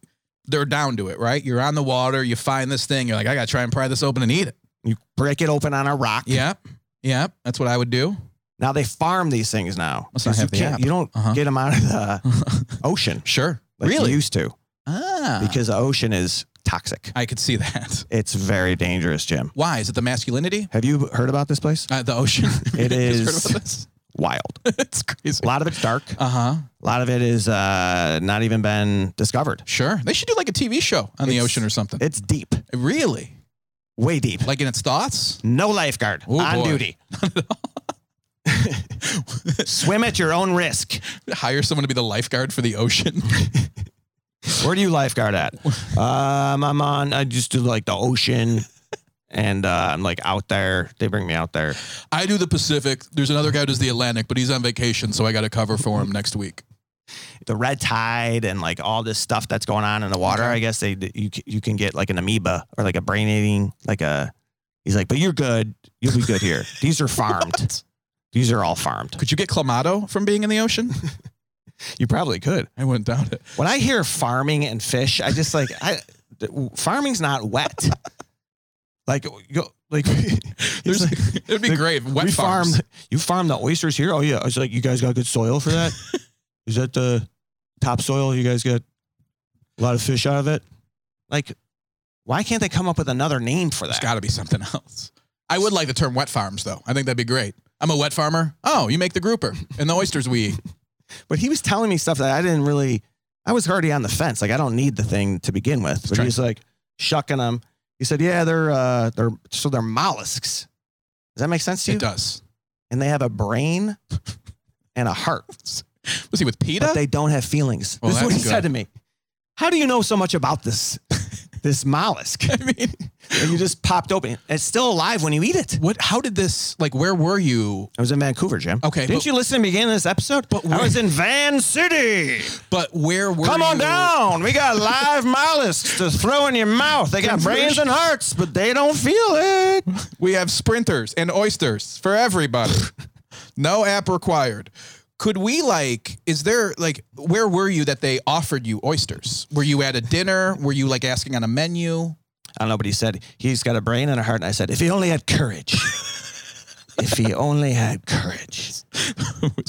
[SPEAKER 2] they're down to it, right? You're on the water, you find this thing, you're like, I got to try and pry this open and eat it.
[SPEAKER 1] You break it open on a rock.
[SPEAKER 2] Yep. Yep. That's what I would do.
[SPEAKER 1] Now they farm these things now.
[SPEAKER 2] Let's not
[SPEAKER 1] 'Cause you
[SPEAKER 2] have the
[SPEAKER 1] can't-
[SPEAKER 2] app.
[SPEAKER 1] You don't
[SPEAKER 2] Uh-huh.
[SPEAKER 1] get them out of the
[SPEAKER 2] <laughs>
[SPEAKER 1] ocean
[SPEAKER 2] sure.
[SPEAKER 1] like
[SPEAKER 2] really?
[SPEAKER 1] you used to
[SPEAKER 2] ah.
[SPEAKER 1] because the ocean is toxic.
[SPEAKER 2] I could see that.
[SPEAKER 1] It's very dangerous, Jim.
[SPEAKER 2] Why? Is it the masculinity?
[SPEAKER 1] Have you heard about this place?
[SPEAKER 2] Uh, the ocean?
[SPEAKER 1] <laughs> It
[SPEAKER 2] You <laughs> just heard
[SPEAKER 1] is.
[SPEAKER 2] about this? <laughs>
[SPEAKER 1] Wild.
[SPEAKER 2] it's crazy.
[SPEAKER 1] A lot of it's dark.
[SPEAKER 2] Uh huh.
[SPEAKER 1] A lot of it is uh, not even been discovered.
[SPEAKER 2] Sure. They should do like a TV show on the
[SPEAKER 1] It's-
[SPEAKER 2] ocean or something.
[SPEAKER 1] It's deep,
[SPEAKER 2] really?
[SPEAKER 1] way deep.
[SPEAKER 2] Like in
[SPEAKER 1] <laughs>
[SPEAKER 2] its thoughts?
[SPEAKER 1] No lifeguard
[SPEAKER 2] Oh,
[SPEAKER 1] on
[SPEAKER 2] boy.
[SPEAKER 1] duty. Swim at your own risk.
[SPEAKER 2] Hire someone to be the lifeguard for
[SPEAKER 1] <laughs>
[SPEAKER 2] the ocean.
[SPEAKER 1] Where do you lifeguard at? um, I'm on. I just do like the ocean, and uh, I'm like out there. They bring me out there.
[SPEAKER 2] I do the Pacific. There's another guy who does the Atlantic, but he's on vacation, so I got to cover for him next week.
[SPEAKER 1] The red tide and like all this stuff that's going on in the water.
[SPEAKER 2] Okay.
[SPEAKER 1] I guess they you c- you can get like an amoeba or like a brain eating like a. He's like, but you're good. You'll be good here. These are farmed. These are all farmed.
[SPEAKER 2] Could you get clamato from being in the ocean? <laughs>
[SPEAKER 1] You probably could.
[SPEAKER 2] I wouldn't doubt it.
[SPEAKER 1] When I hear farming and fish, I just like I farming's not wet. like you like <laughs>
[SPEAKER 2] There's,
[SPEAKER 1] there's like,
[SPEAKER 2] it would be
[SPEAKER 1] the-
[SPEAKER 2] great.
[SPEAKER 1] <laughs>
[SPEAKER 2] Wet
[SPEAKER 1] we
[SPEAKER 2] farms.
[SPEAKER 1] farm you farm the oysters here. Oh yeah, I was like you guys got good soil for <laughs> that. Is that the topsoil? You guys got a lot of fish out of it. Like, why can't they come up with another name for
[SPEAKER 2] There's
[SPEAKER 1] that?
[SPEAKER 2] got to be something else. I would like the term wet farms, though. I think that'd be great. I'm a wet farmer. Oh, you make the grouper and the oysters we
[SPEAKER 1] <laughs>
[SPEAKER 2] eat.
[SPEAKER 1] But he was telling me stuff that I didn't really. I was already on the fence. Like I don't need the thing to begin with. But
[SPEAKER 2] Sure.
[SPEAKER 1] he's like shucking them. He said, "Yeah, they're uh, they're so they're mollusks." Does that make sense to you?
[SPEAKER 2] It does.
[SPEAKER 1] And they have a
[SPEAKER 2] <laughs>
[SPEAKER 1] brain and a heart,
[SPEAKER 2] Was he with PETA?
[SPEAKER 1] but they don't have feelings.
[SPEAKER 2] Well,
[SPEAKER 1] this is what he
[SPEAKER 2] that's
[SPEAKER 1] said
[SPEAKER 2] good.
[SPEAKER 1] to me. How do you know so much about
[SPEAKER 2] <laughs>
[SPEAKER 1] this this mollusk?
[SPEAKER 2] I mean,
[SPEAKER 1] <laughs> And you just popped open. It's still alive when you eat it.
[SPEAKER 2] what? How did this? Like, where were you?
[SPEAKER 1] I was in Vancouver, Jim.
[SPEAKER 2] Okay,
[SPEAKER 1] Didn't
[SPEAKER 2] but-
[SPEAKER 1] you listen to the beginning of this episode?
[SPEAKER 2] But
[SPEAKER 1] I
[SPEAKER 2] where-
[SPEAKER 1] was in Van City.
[SPEAKER 2] But where were?
[SPEAKER 1] Come on
[SPEAKER 2] you-
[SPEAKER 1] down. We got live mollusks to throw in your mouth. They got brains and hearts, but they don't feel it.
[SPEAKER 2] We have sprinters and oysters for <laughs> everybody. no app required. Could we like? Is there like? Where were you that they offered you oysters? Were you at a dinner? Were you like asking on a menu?
[SPEAKER 1] I don't know, but he said he's got a brain and a heart. And I said, if he only had courage. if he only had courage.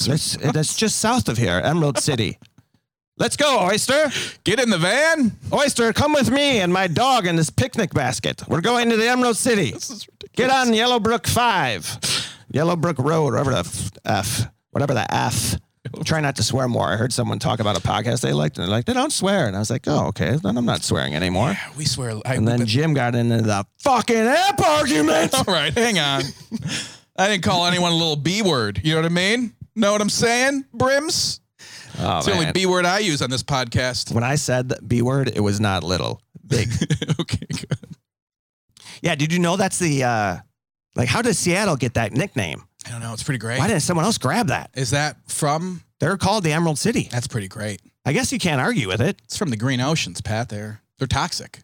[SPEAKER 1] That's that's just south of here, Emerald City. Let's go, Oyster.
[SPEAKER 2] Get in the van.
[SPEAKER 1] Oyster, come with me and my dog in this picnic basket. We're going to the Emerald City. Get on Yellowbrook 5, Yellowbrook Road, whatever the f- F, whatever the F. Try not to swear more. I heard someone talk about a podcast they liked, and they're like, they don't swear. And I was like, oh, okay, then I'm not swearing anymore.
[SPEAKER 2] We swear. I,
[SPEAKER 1] And <laughs> then Jim got into the fucking app
[SPEAKER 2] <laughs>
[SPEAKER 1] argument.
[SPEAKER 2] all right, hang on. I didn't call anyone a little b word. You know what I mean? Know what I'm saying? Brims.
[SPEAKER 1] Oh,
[SPEAKER 2] It's the only
[SPEAKER 1] man.
[SPEAKER 2] b word I use on this podcast. <laughs>
[SPEAKER 1] when I said the B word, it was not little, big.
[SPEAKER 2] okay, good.
[SPEAKER 1] yeah, did you know that's the, uh, like, how does Seattle get that nickname?
[SPEAKER 2] I don't know. It's pretty great.
[SPEAKER 1] Why didn't someone else grab that?
[SPEAKER 2] Is that from?
[SPEAKER 1] They're called the Emerald City.
[SPEAKER 2] That's pretty great.
[SPEAKER 1] I guess you can't argue with it.
[SPEAKER 2] It's from the green oceans, Pat. They're
[SPEAKER 1] <laughs>
[SPEAKER 2] they're toxic.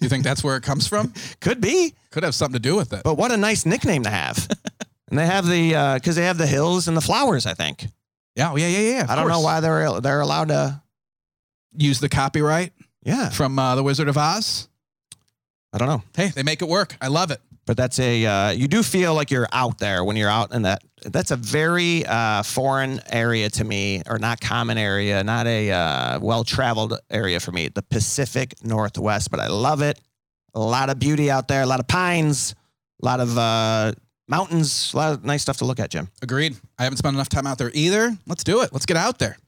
[SPEAKER 2] you think that's where it comes from?
[SPEAKER 1] Could be,
[SPEAKER 2] Could have something to do with it.
[SPEAKER 1] but what a nice nickname to
[SPEAKER 2] <laughs>
[SPEAKER 1] have. and they have the because they have the hills and the flowers. I think
[SPEAKER 2] Yeah, oh, yeah, yeah, yeah. of
[SPEAKER 1] I don't know
[SPEAKER 2] course.
[SPEAKER 1] why they're they're allowed to.
[SPEAKER 2] Use the copyright
[SPEAKER 1] Yeah,
[SPEAKER 2] from uh, the Wizard of Oz.
[SPEAKER 1] I don't know,
[SPEAKER 2] Hey, they make it work. I love it.
[SPEAKER 1] but that's a uh, you do feel like you're out there when you're out in that. That's a very uh, foreign area to me, or not common area, not a uh, well traveled area for me. The Pacific Northwest, but I love it. A lot of beauty out there, a lot of pines, a lot of uh, mountains, a lot of nice stuff to look at, Jim.
[SPEAKER 2] Agreed. I haven't spent enough time out there either. Let's do it. Let's get out there.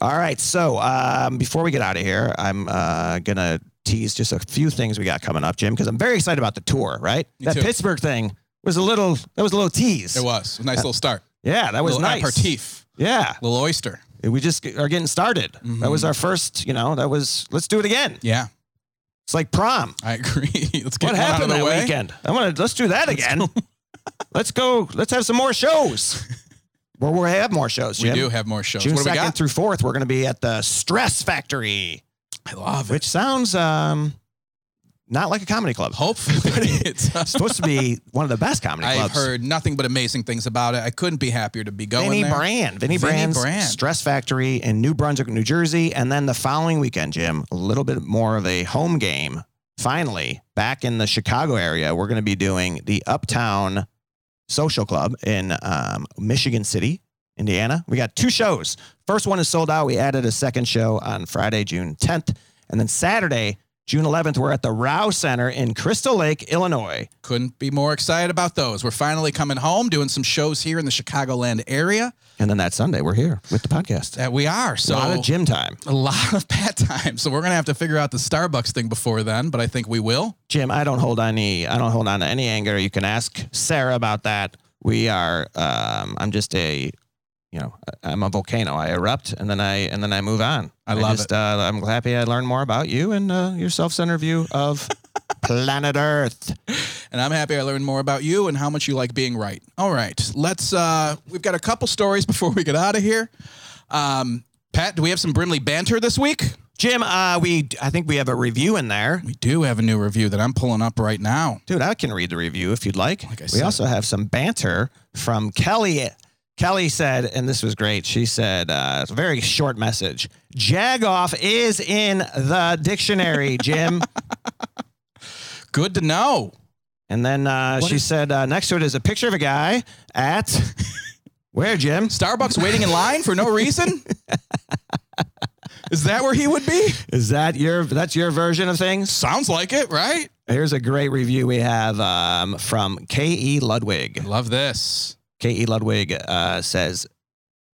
[SPEAKER 1] All right. So um, before we get out of here, I'm uh, going to tease just a few things we got coming up, Jim, because I'm very excited about the tour, right?
[SPEAKER 2] Me
[SPEAKER 1] that
[SPEAKER 2] too.
[SPEAKER 1] Pittsburgh thing was a little, that was a little tease.
[SPEAKER 2] It was a nice little start.
[SPEAKER 1] Yeah, that was
[SPEAKER 2] little
[SPEAKER 1] nice.
[SPEAKER 2] aperitif.
[SPEAKER 1] Yeah.
[SPEAKER 2] Little oyster. Mm-hmm.
[SPEAKER 1] We just are getting started. That was our first, you know, that was, let's do it again.
[SPEAKER 2] Yeah.
[SPEAKER 1] It's like prom.
[SPEAKER 2] I agree. <laughs> Let's
[SPEAKER 1] What
[SPEAKER 2] get one out of
[SPEAKER 1] happened
[SPEAKER 2] the
[SPEAKER 1] that
[SPEAKER 2] way.
[SPEAKER 1] weekend? I want to let's do that again. let's go. Let's have some more
[SPEAKER 2] <laughs>
[SPEAKER 1] shows. Well, we have more shows.
[SPEAKER 2] We
[SPEAKER 1] Jim.
[SPEAKER 2] do have more shows.
[SPEAKER 1] June
[SPEAKER 2] what do we
[SPEAKER 1] second
[SPEAKER 2] got?
[SPEAKER 1] through fourth, we're going to be at the Stress Factory,
[SPEAKER 2] I love it.
[SPEAKER 1] which sounds um, not like a comedy club. <laughs>
[SPEAKER 2] Hopefully, it's. uh,
[SPEAKER 1] It's supposed to
[SPEAKER 2] <laughs>
[SPEAKER 1] be one of the best comedy
[SPEAKER 2] I've
[SPEAKER 1] clubs.
[SPEAKER 2] heard nothing but amazing things about it. I couldn't be happier to be going
[SPEAKER 1] Vinny
[SPEAKER 2] there.
[SPEAKER 1] Brand, Vinny,
[SPEAKER 2] Vinny
[SPEAKER 1] Brand's
[SPEAKER 2] Brand.
[SPEAKER 1] Stress Factory in New Brunswick, New Jersey, and then the following weekend, Jim, a little bit more of a home game. Finally, back in the Chicago area, we're going to be doing the Uptown Social Club in um, Michigan City, Indiana. We got two shows. First one is sold out. We added a second show on Friday, June 10th, and then Saturday, June 11th, we're at the Rao Center in Crystal Lake, Illinois.
[SPEAKER 2] Couldn't be more excited about those. We're finally coming home, doing some shows here in the Chicagoland area.
[SPEAKER 1] And then that Sunday, we're here with the podcast.
[SPEAKER 2] That we are.
[SPEAKER 1] A
[SPEAKER 2] So
[SPEAKER 1] lot of gym time.
[SPEAKER 2] a lot of pat time. So we're gonna have to figure out the Starbucks thing before then, but I think we will.
[SPEAKER 1] Jim, I don't hold any. I don't hold on to any anger. You can ask Sarah about that. We are. Um, I'm just a, you know, I- I'm a volcano. I erupt and then I and then I move on.
[SPEAKER 2] I love
[SPEAKER 1] just, Uh, I'm happy I learned more about you and uh, your self-centered view
[SPEAKER 2] <laughs>
[SPEAKER 1] of planet Earth.
[SPEAKER 2] And I'm happy I learned more about you and how much you like being right. All right, let's. uh We've got a couple stories <laughs> before we get out of here. Um, Pat, do we have some Brimley banter this week?
[SPEAKER 1] Jim, uh, we I think we have a review in there.
[SPEAKER 2] We do have a new review that I'm pulling up right now.
[SPEAKER 1] Dude, I can read the review if you'd like.
[SPEAKER 2] I
[SPEAKER 1] we
[SPEAKER 2] said.
[SPEAKER 1] also have some banter from Kelly. Kelly said, and this was great. She said, uh, it's a very short message. Jagoff is in the
[SPEAKER 2] <laughs>
[SPEAKER 1] dictionary, Jim.
[SPEAKER 2] Good to know.
[SPEAKER 1] and then uh,
[SPEAKER 2] What
[SPEAKER 1] she
[SPEAKER 2] is-
[SPEAKER 1] said, uh, next to it is a picture of a guy at
[SPEAKER 2] <laughs>
[SPEAKER 1] where, Jim?
[SPEAKER 2] Starbucks waiting in line for no reason. Is that where he would be?
[SPEAKER 1] Is that your? That's your version of things.
[SPEAKER 2] Sounds like it, right?
[SPEAKER 1] Here's a great review we have um, from K. E. Ludwig.
[SPEAKER 2] Love this.
[SPEAKER 1] K.E. Ludwig uh, says,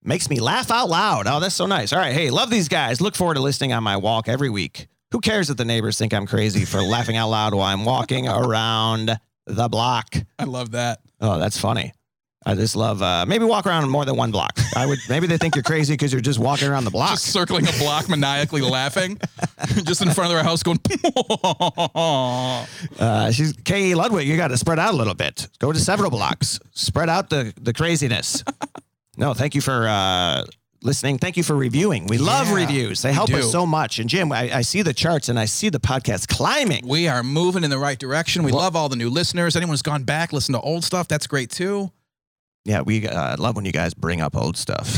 [SPEAKER 1] makes me laugh out loud. Oh, that's so nice. All right. Hey, love these guys. Look forward to listening on my walk every week. Who cares if the neighbors think I'm crazy for laughing out loud while I'm walking around the block?
[SPEAKER 2] I love that.
[SPEAKER 1] Oh, that's funny. I just love, uh, maybe walk around more than one block. I would, maybe they think you're crazy because you're just walking around the block.
[SPEAKER 2] Just circling a block, maniacally laughing, <laughs> just in front of their house, going. <laughs>
[SPEAKER 1] Uh, she's K.E. Ludwig. You got to spread out a little bit. Go to several blocks. Spread out the, the craziness. no, thank you for uh, listening. Thank you for reviewing. We love
[SPEAKER 2] Yeah,
[SPEAKER 1] reviews. They help
[SPEAKER 2] do.
[SPEAKER 1] us so much. And Jim, I, I see the charts and I see the podcast climbing.
[SPEAKER 2] we are moving in the right direction. We love all the new listeners. Anyone who's gone back, listen to old stuff. That's great too.
[SPEAKER 1] Yeah, we uh, love when you guys bring up old stuff.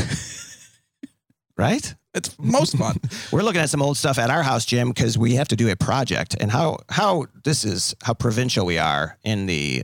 [SPEAKER 1] <laughs> right?
[SPEAKER 2] It's most fun.
[SPEAKER 1] <laughs> We're looking at some old stuff at our house, Jim, because we have to do a project. And how how this is how provincial we are in the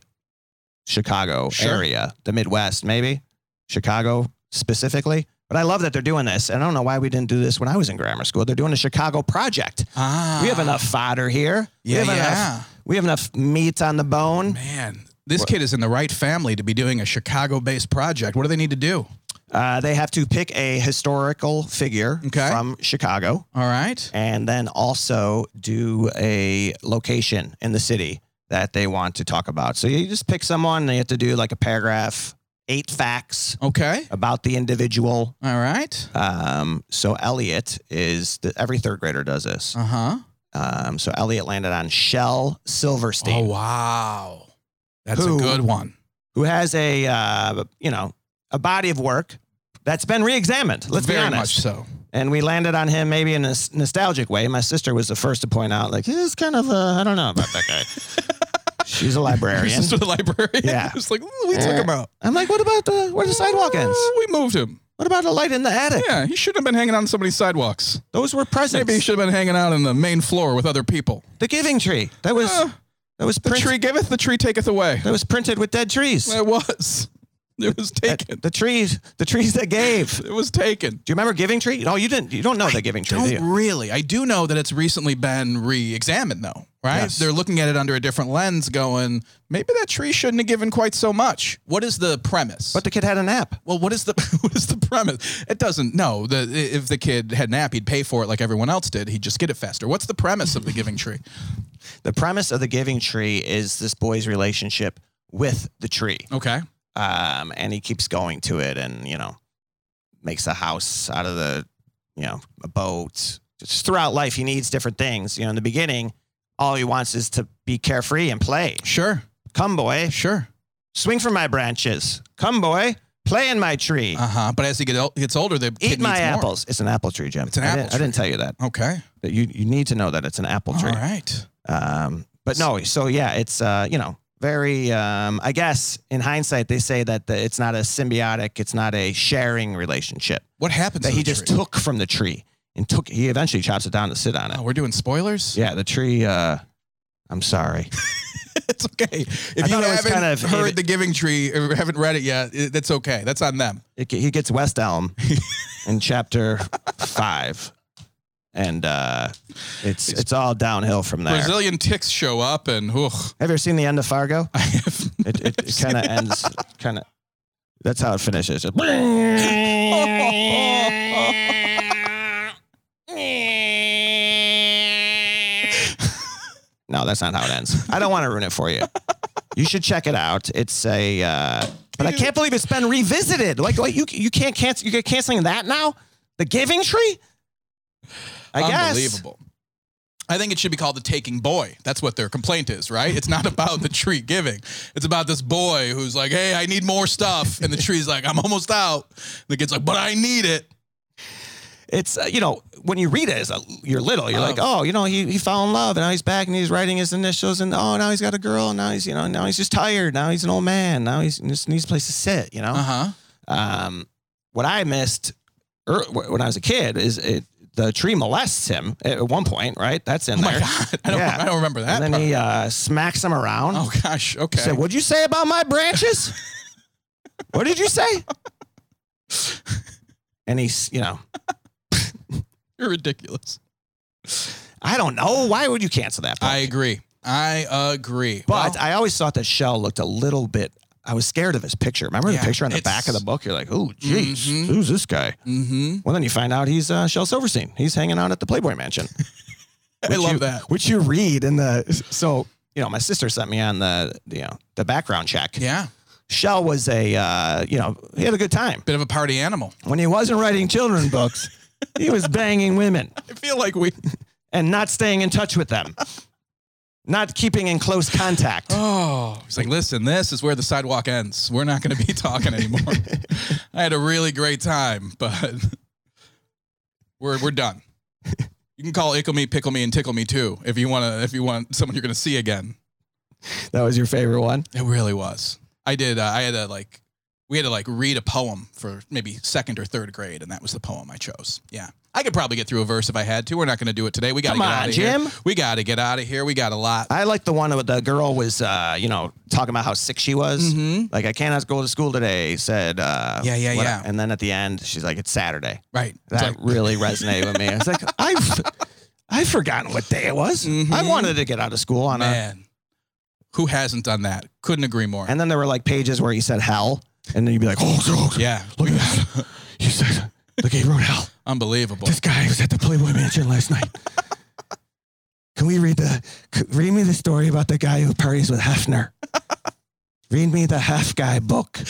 [SPEAKER 1] Chicago
[SPEAKER 2] Sure.
[SPEAKER 1] area, the Midwest, maybe Chicago specifically. But I love that they're doing this, and I don't know why we didn't do this when I was in grammar school. They're doing a Chicago project.
[SPEAKER 2] Ah,
[SPEAKER 1] we have enough fodder here.
[SPEAKER 2] Yeah,
[SPEAKER 1] we have
[SPEAKER 2] yeah.
[SPEAKER 1] Enough, we have enough meat on the bone.
[SPEAKER 2] Man, this kid is in the right family to be doing a Chicago-based project. What do they need to do?
[SPEAKER 1] Uh, they have to pick a historical figure
[SPEAKER 2] Okay.
[SPEAKER 1] from Chicago.
[SPEAKER 2] All right.
[SPEAKER 1] and then also do a location in the city that they want to talk about. So you just pick someone, they have to do like a paragraph, eight facts
[SPEAKER 2] Okay.
[SPEAKER 1] about the individual.
[SPEAKER 2] All right.
[SPEAKER 1] Um, so Elliot is the, every third grader does this.
[SPEAKER 2] Uh huh.
[SPEAKER 1] Um, so Elliot landed on Shell
[SPEAKER 2] Oh
[SPEAKER 1] Silverstein,
[SPEAKER 2] wow, that's
[SPEAKER 1] Who-
[SPEAKER 2] a good one.
[SPEAKER 1] who has a uh, you know a body of work that's been re-examined. Let's
[SPEAKER 2] Very
[SPEAKER 1] be honest.
[SPEAKER 2] much so.
[SPEAKER 1] and we landed on him maybe in a s- nostalgic way. My sister was the first to point out, like, he's kind of I I don't know about that guy.
[SPEAKER 2] <laughs>
[SPEAKER 1] She's a
[SPEAKER 2] Your
[SPEAKER 1] librarian.
[SPEAKER 2] sister, the librarian.
[SPEAKER 1] Yeah.
[SPEAKER 2] <laughs> it's like "Ooh, we took him out.
[SPEAKER 1] I'm like, what about the where the sidewalk ends?
[SPEAKER 2] Uh, We
[SPEAKER 1] <laughs>
[SPEAKER 2] moved him.
[SPEAKER 1] What about a light in the attic?
[SPEAKER 2] Yeah, he shouldn't have been hanging on somebody's sidewalks.
[SPEAKER 1] Those were presents.
[SPEAKER 2] Maybe he should have been hanging out on the main floor with other people.
[SPEAKER 1] The giving tree. That was
[SPEAKER 2] Uh,
[SPEAKER 1] that was
[SPEAKER 2] the
[SPEAKER 1] print-
[SPEAKER 2] tree giveth, the tree taketh away.
[SPEAKER 1] that was printed with dead trees.
[SPEAKER 2] It was. <laughs> It was taken.
[SPEAKER 1] The trees, the trees that gave.
[SPEAKER 2] It was taken.
[SPEAKER 1] Do you remember giving tree? No, you didn't. You don't know the giving tree. do you?
[SPEAKER 2] Don't really. I do know that it's recently been re-examined, though. Right?
[SPEAKER 1] Yes.
[SPEAKER 2] They're looking at it under a different lens, going, maybe that tree shouldn't have given quite so much. What is the premise?
[SPEAKER 1] But the kid had an app.
[SPEAKER 2] well, what is the <laughs> what is the premise? It doesn't. No, the if the kid had nap, he'd pay for it like everyone else did. He'd just get it faster. What's the premise of the giving
[SPEAKER 1] <laughs>
[SPEAKER 2] tree?
[SPEAKER 1] The premise of the giving tree is this boy's relationship with the tree.
[SPEAKER 2] Okay.
[SPEAKER 1] um, and he keeps going to it and you know makes a house out of the you know a boat just throughout life he needs different things you know in the beginning all he wants is to be carefree and play.
[SPEAKER 2] Sure.
[SPEAKER 1] Come, boy,
[SPEAKER 2] Sure.
[SPEAKER 1] swing from my branches. Come, boy, play in my tree.
[SPEAKER 2] Uh huh. But as he get ol- gets older, the
[SPEAKER 1] Eat
[SPEAKER 2] kid
[SPEAKER 1] my
[SPEAKER 2] needs
[SPEAKER 1] apples. It's an apple tree, Jim.
[SPEAKER 2] It's an
[SPEAKER 1] I
[SPEAKER 2] apple
[SPEAKER 1] didn't, I didn't tell you that.
[SPEAKER 2] More. Okay.
[SPEAKER 1] But you you need to know that it's an apple tree.
[SPEAKER 2] All right.
[SPEAKER 1] Um, but no, so yeah, it's uh, you know very. Um, I guess in hindsight, they say that the, it's not a symbiotic, it's not a sharing relationship.
[SPEAKER 2] What happens?
[SPEAKER 1] That
[SPEAKER 2] to
[SPEAKER 1] he
[SPEAKER 2] the
[SPEAKER 1] just
[SPEAKER 2] tree?
[SPEAKER 1] took from the tree and took. He eventually chops it down to sit on it.
[SPEAKER 2] Oh, we're doing spoilers.
[SPEAKER 1] Yeah, the tree. Uh, I'm sorry.
[SPEAKER 2] <laughs> it's okay. If
[SPEAKER 1] I
[SPEAKER 2] you
[SPEAKER 1] thought it was
[SPEAKER 2] haven't
[SPEAKER 1] kind of-
[SPEAKER 2] heard
[SPEAKER 1] if-
[SPEAKER 2] the Giving Tree <laughs> or haven't read it yet, it, that's okay. That's on them.
[SPEAKER 1] It, he gets West Elm in chapter five, and uh, it's it's all downhill from there.
[SPEAKER 2] Brazilian ticks show up, and ugh,
[SPEAKER 1] Have you ever seen the end of Fargo?
[SPEAKER 2] <laughs> I have.
[SPEAKER 1] It, it, it
[SPEAKER 2] seen
[SPEAKER 1] kind of ends. Kind of. That's how it finishes. It- no, that's not how it ends. I don't want to ruin it for you. You should check it out. It's a. Uh, but I can't believe it's been revisited. Like, like you you can't cancel. You get canceling that now. The Giving Tree. I guess.
[SPEAKER 2] Unbelievable. I think it should be called the taking boy. That's what their complaint is, right? It's not <laughs> about the tree giving. It's about this boy who's like, hey, I need more stuff. And the tree's like, I'm almost out. And the kid's like, but I need it.
[SPEAKER 1] it's uh, you know when you read it as a, you're little you're like
[SPEAKER 2] Oh.
[SPEAKER 1] oh you know he, he fell in love and now he's back and he's writing his initials and oh now he's got a girl and now he's you know now he's just tired now he's an old man now he's he just needs a place to sit you know
[SPEAKER 2] Uh huh.
[SPEAKER 1] um, what I missed er, wh- when I was a kid is it, the tree molests him at at one point right that's in
[SPEAKER 2] Oh my
[SPEAKER 1] there
[SPEAKER 2] God. <laughs> I don't,
[SPEAKER 1] Yeah.
[SPEAKER 2] I don't remember that.
[SPEAKER 1] and then
[SPEAKER 2] part.
[SPEAKER 1] he uh, smacks him around
[SPEAKER 2] oh, gosh. Okay.
[SPEAKER 1] said what'd you say about my
[SPEAKER 2] <laughs>
[SPEAKER 1] branches what did you say and he's you know
[SPEAKER 2] You're ridiculous.
[SPEAKER 1] I don't know why would you cancel that book?
[SPEAKER 2] I agree. I agree.
[SPEAKER 1] But
[SPEAKER 2] Well,
[SPEAKER 1] I always thought that Shell looked a little bit. I was scared of his picture. Remember
[SPEAKER 2] Yeah,
[SPEAKER 1] the picture on the
[SPEAKER 2] it's-
[SPEAKER 1] back of the book? You're like, oh, jeez,
[SPEAKER 2] Mhm.
[SPEAKER 1] who's this guy?
[SPEAKER 2] mhm.
[SPEAKER 1] Well, then you find out he's uh, Shell Silverstein. He's hanging out at the Playboy Mansion,
[SPEAKER 2] I
[SPEAKER 1] Would
[SPEAKER 2] love
[SPEAKER 1] you-
[SPEAKER 2] that.
[SPEAKER 1] <laughs> which you read in the. So you know, my sister sent me on the you know the background check.
[SPEAKER 2] Yeah.
[SPEAKER 1] Shell was a uh, you know he had a good time
[SPEAKER 2] Bit of a party animal.
[SPEAKER 1] when he wasn't writing children books. he was banging women
[SPEAKER 2] I feel like we.
[SPEAKER 1] and not staying in touch with them, not keeping in close contact. <gasps>
[SPEAKER 2] Oh, he's like, listen, this is where the sidewalk ends. We're not going to be <laughs> talking anymore. I had a really great time, but <laughs> we're we're done. You can call ickle me, pickle me, and tickle me too if you want to. If you want someone you're going to see again,
[SPEAKER 1] That was your favorite one.
[SPEAKER 2] it really was. I did. Uh, I had to like, we had to like read a poem for maybe second or third grade, and that was the poem I chose. Yeah, I could probably get through a verse if I had to. We're not going to do it today. We got to
[SPEAKER 1] Come
[SPEAKER 2] get
[SPEAKER 1] on,
[SPEAKER 2] out of
[SPEAKER 1] Jim.
[SPEAKER 2] here. We got to get out of here. We got a lot.
[SPEAKER 1] I like the one with the girl was, uh, you know, talking about how sick she was.
[SPEAKER 2] Mhm.
[SPEAKER 1] Like, I cannot go to school today. Said, uh,
[SPEAKER 2] Yeah, yeah,
[SPEAKER 1] what-
[SPEAKER 2] yeah.
[SPEAKER 1] And then at the end, she's like, it's Saturday.
[SPEAKER 2] Right. It's
[SPEAKER 1] That
[SPEAKER 2] like- <laughs>
[SPEAKER 1] really resonated with me. I was like, I've, I've forgotten what day it was. I
[SPEAKER 2] Mhm.
[SPEAKER 1] wanted to get out of school on a.
[SPEAKER 2] Man, who hasn't done that? Couldn't agree more.
[SPEAKER 1] And then there were like pages where he said hell, and then you'd be like, oh, God,
[SPEAKER 2] yeah,
[SPEAKER 1] look at that. He said, look, he wrote hell.
[SPEAKER 2] unbelievable.
[SPEAKER 1] This guy was at the Playboy Mansion last night. Can we read the c- read me the story about the guy who parties with Hefner? read me the half guy book. Can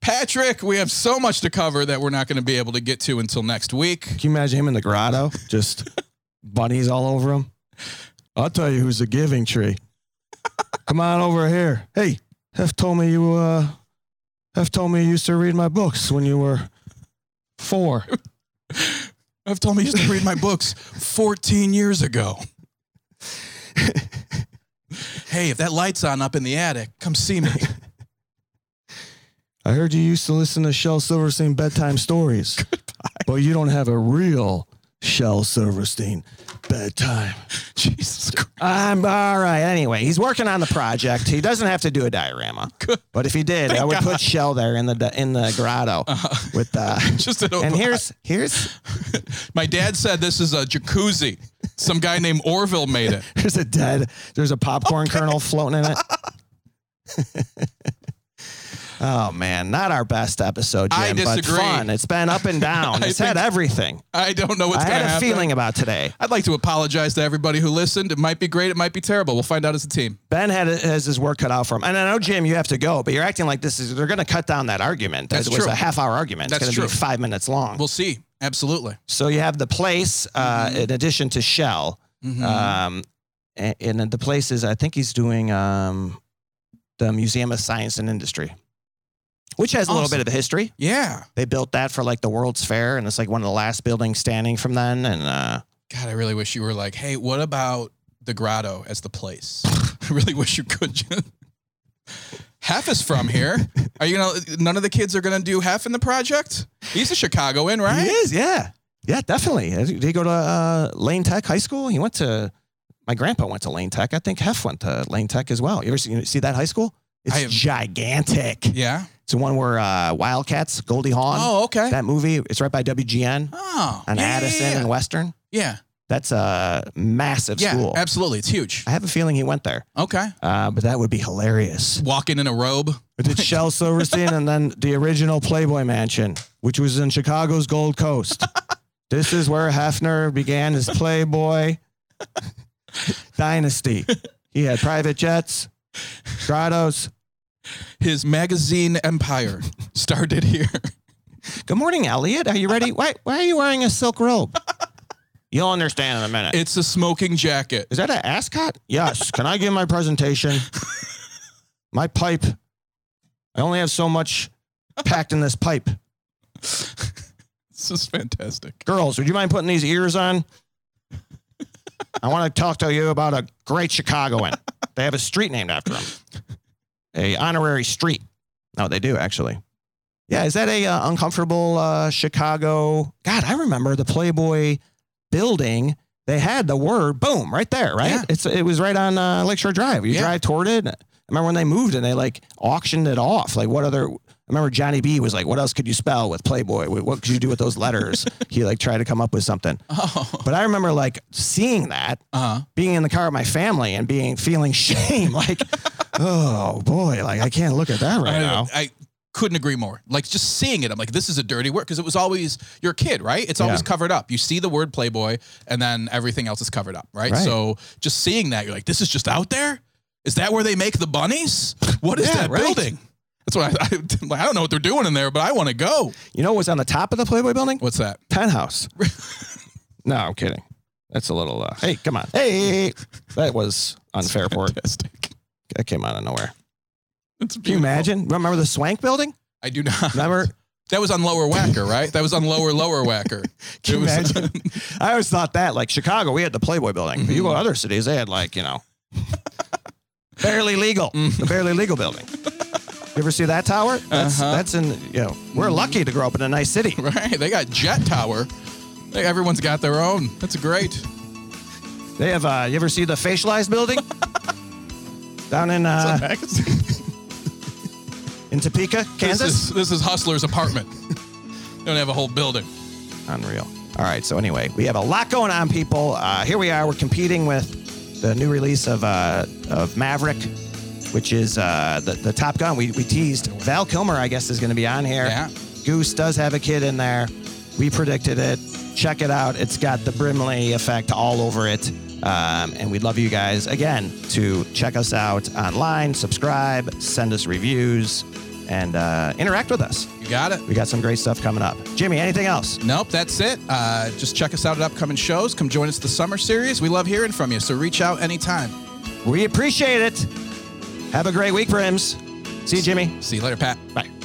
[SPEAKER 2] Patrick, we have so much to cover that we're not going to be able to get to until next week.
[SPEAKER 1] you imagine him in the grotto, just bunnies all over him? I'll tell you who's the giving tree. Come on over here. Hey, Hef told me you uh, Hef told me you used to read my books when you were four.
[SPEAKER 2] I've told me just to read my
[SPEAKER 1] <laughs>
[SPEAKER 2] books 14 years ago. hey, if that light's on up in the attic, come
[SPEAKER 1] <laughs>
[SPEAKER 2] see me.
[SPEAKER 1] I heard you used to listen to Shel Silverstein bedtime <laughs> stories. But you don't have a real Shel Silverstein bedtime.
[SPEAKER 2] Jesus Christ.
[SPEAKER 1] I'm all right. Anyway, he's working on the project. He doesn't have to do a <laughs> diorama. But if he did, I would put Shel there in the in the <laughs> grotto with the
[SPEAKER 2] Just an
[SPEAKER 1] And here's here's
[SPEAKER 2] My dad said this is a jacuzzi. Some guy named Orville made it.
[SPEAKER 1] there's a dead there's a popcorn kernel floating in it. <laughs> oh man, not our best episode, Jim,
[SPEAKER 2] I
[SPEAKER 1] but
[SPEAKER 2] disagree.
[SPEAKER 1] fun. It's been up <laughs> and down.
[SPEAKER 2] I
[SPEAKER 1] It's had
[SPEAKER 2] think-
[SPEAKER 1] everything.
[SPEAKER 2] I don't know what's
[SPEAKER 1] I
[SPEAKER 2] going
[SPEAKER 1] had
[SPEAKER 2] to
[SPEAKER 1] a
[SPEAKER 2] happen.
[SPEAKER 1] feeling about today.
[SPEAKER 2] I'd like to apologize to everybody who listened. It might be great. It might be terrible. We'll find out as a team.
[SPEAKER 1] Ben had has his work cut out for him, and I know Jim, you have to go, but you're acting like this is they're going to cut down that argument.
[SPEAKER 2] That's
[SPEAKER 1] it was
[SPEAKER 2] true.
[SPEAKER 1] a half hour argument.
[SPEAKER 2] That's
[SPEAKER 1] it's going to
[SPEAKER 2] true.
[SPEAKER 1] be five minutes long.
[SPEAKER 2] We'll see. Absolutely. Mm-hmm.
[SPEAKER 1] so you have the place uh, in addition to Shell, um, a- and the place is I think he's doing um, the Museum of Science and Industry, which has a little
[SPEAKER 2] Awesome.
[SPEAKER 1] bit of a history.
[SPEAKER 2] Yeah.
[SPEAKER 1] They built that for like the World's Fair, and it's like one of the last buildings standing from then. And uh,
[SPEAKER 2] God, I really wish you were like, hey, what about the grotto as the place? <laughs> I really wish you could. ju- Hef is from here. Are you gonna? None of the kids are gonna do Hef in the project. He's a Chicagoan, right?
[SPEAKER 1] he is, yeah, yeah, definitely. Uh, Did he go to uh, Lane Tech High School? He went to. My grandpa went to Lane Tech. I think Hef went to Lane Tech as well. You ever see, you see that high school? It's
[SPEAKER 2] I have-
[SPEAKER 1] gigantic.
[SPEAKER 2] Yeah.
[SPEAKER 1] It's the one where uh, Wildcats, Goldie Hawn,
[SPEAKER 2] Oh, okay.
[SPEAKER 1] that movie. It's right by WGN
[SPEAKER 2] oh,
[SPEAKER 1] on
[SPEAKER 2] yeah, yeah,
[SPEAKER 1] Addison
[SPEAKER 2] Yeah.
[SPEAKER 1] and Western.
[SPEAKER 2] yeah.
[SPEAKER 1] That's a massive
[SPEAKER 2] Yeah,
[SPEAKER 1] school.
[SPEAKER 2] absolutely. It's huge.
[SPEAKER 1] I have a feeling he went there,
[SPEAKER 2] Okay.
[SPEAKER 1] uh, but that would be hilarious.
[SPEAKER 2] Walking in a robe.
[SPEAKER 1] It's Shel Silverstein and then the original Playboy Mansion, which was in Chicago's Gold Coast. this is where Hefner began his Playboy <laughs> dynasty. He had private jets, grottos.
[SPEAKER 2] His magazine empire <laughs> started here.
[SPEAKER 1] Good morning, Elliot. Are you ready? Why, why are you wearing a silk robe? You'll understand in a minute.
[SPEAKER 2] It's a smoking jacket.
[SPEAKER 1] Is that an ascot? Yes. Can I give my presentation? my pipe. I only have so much packed in this pipe.
[SPEAKER 2] This is fantastic.
[SPEAKER 1] Girls, would you mind putting these ears on? I want to talk to you about a great Chicagoan. They have a street named after him. A honorary street. No, they do actually. Yeah, is that a uh, uncomfortable uh, Chicago? God, I remember the Playboy building. They had the word "boom" right there, right?
[SPEAKER 2] Yeah.
[SPEAKER 1] It's it was right on uh, Lakeshore Drive. You
[SPEAKER 2] Yeah.
[SPEAKER 1] drive toward it. I remember when they moved and they like auctioned it off. Like what other? I remember Johnny B was like, "What else could you spell with Playboy? What what could you do with those <laughs> letters?" he like tried to come up with something.
[SPEAKER 2] Oh.
[SPEAKER 1] But I remember like seeing that
[SPEAKER 2] Uh-huh.
[SPEAKER 1] being in the car with my family and being feeling <laughs> shame like oh boy like i can't look at that right
[SPEAKER 2] I,
[SPEAKER 1] now
[SPEAKER 2] I couldn't agree more. Like just seeing it, I'm like, this is a dirty word because it was always your kid, right? It's always
[SPEAKER 1] Yeah.
[SPEAKER 2] covered up. You see the word Playboy, and then everything else is covered up, right?
[SPEAKER 1] Right.
[SPEAKER 2] So just seeing that, you're like, this is just out there. Is that where they make the bunnies? What is
[SPEAKER 1] Yeah,
[SPEAKER 2] that
[SPEAKER 1] right.
[SPEAKER 2] building? That's what I, I, like, I <laughs> don't know what they're doing in there, but I want to go.
[SPEAKER 1] you know what's on the top of the playboy building
[SPEAKER 2] What's that?
[SPEAKER 1] <laughs> penthouse no i'm kidding that's a little uh, hey come on hey that was <laughs> unfair for it
[SPEAKER 2] Fantastic.
[SPEAKER 1] that came out of nowhere
[SPEAKER 2] It's
[SPEAKER 1] can you
[SPEAKER 2] beautiful.
[SPEAKER 1] imagine remember the swank building
[SPEAKER 2] I do not.
[SPEAKER 1] remember
[SPEAKER 2] That was on Lower Wacker, right? That was on Lower Lower Wacker.
[SPEAKER 1] <laughs> Can you
[SPEAKER 2] It was-
[SPEAKER 1] imagine? <laughs> I always thought that, like Chicago, we had the Playboy building. But you go to other cities, they had like, you know, barely legal, the barely legal building. You ever see that tower? That's
[SPEAKER 2] Uh-huh.
[SPEAKER 1] that's in, you know, we're lucky to grow up in a nice city.
[SPEAKER 2] <laughs> right? They got Jet Tower. They, everyone's got their own. That's great.
[SPEAKER 1] They have, uh, you ever see the facialized building? Down in uh, in Topeka,
[SPEAKER 2] This
[SPEAKER 1] Kansas?
[SPEAKER 2] is, this is Hustler's apartment. <laughs> They don't have a whole building.
[SPEAKER 1] Unreal. All right. So anyway, we have a lot going on, people. Uh, here we are. We're competing with the new release of uh, of Maverick, which is uh, the the Top Gun. We we teased Val Kilmer. I guess is going to be on here.
[SPEAKER 2] Yeah.
[SPEAKER 1] Goose does have a kid in there. We predicted it. Check it out. It's got the Brimley effect all over it. Um, and we'd love you guys again to check us out online, subscribe, send us reviews, and uh, interact with us.
[SPEAKER 2] You got it?
[SPEAKER 1] We got some great stuff coming up. Jimmy, anything else?
[SPEAKER 2] Nope, that's it. Uh, just check us out at upcoming shows. Come join us at the summer series. We love hearing from you, so reach out anytime.
[SPEAKER 1] We appreciate it. Have a great week, Brims. See you, Jimmy.
[SPEAKER 2] See you later, Pat.
[SPEAKER 1] Bye.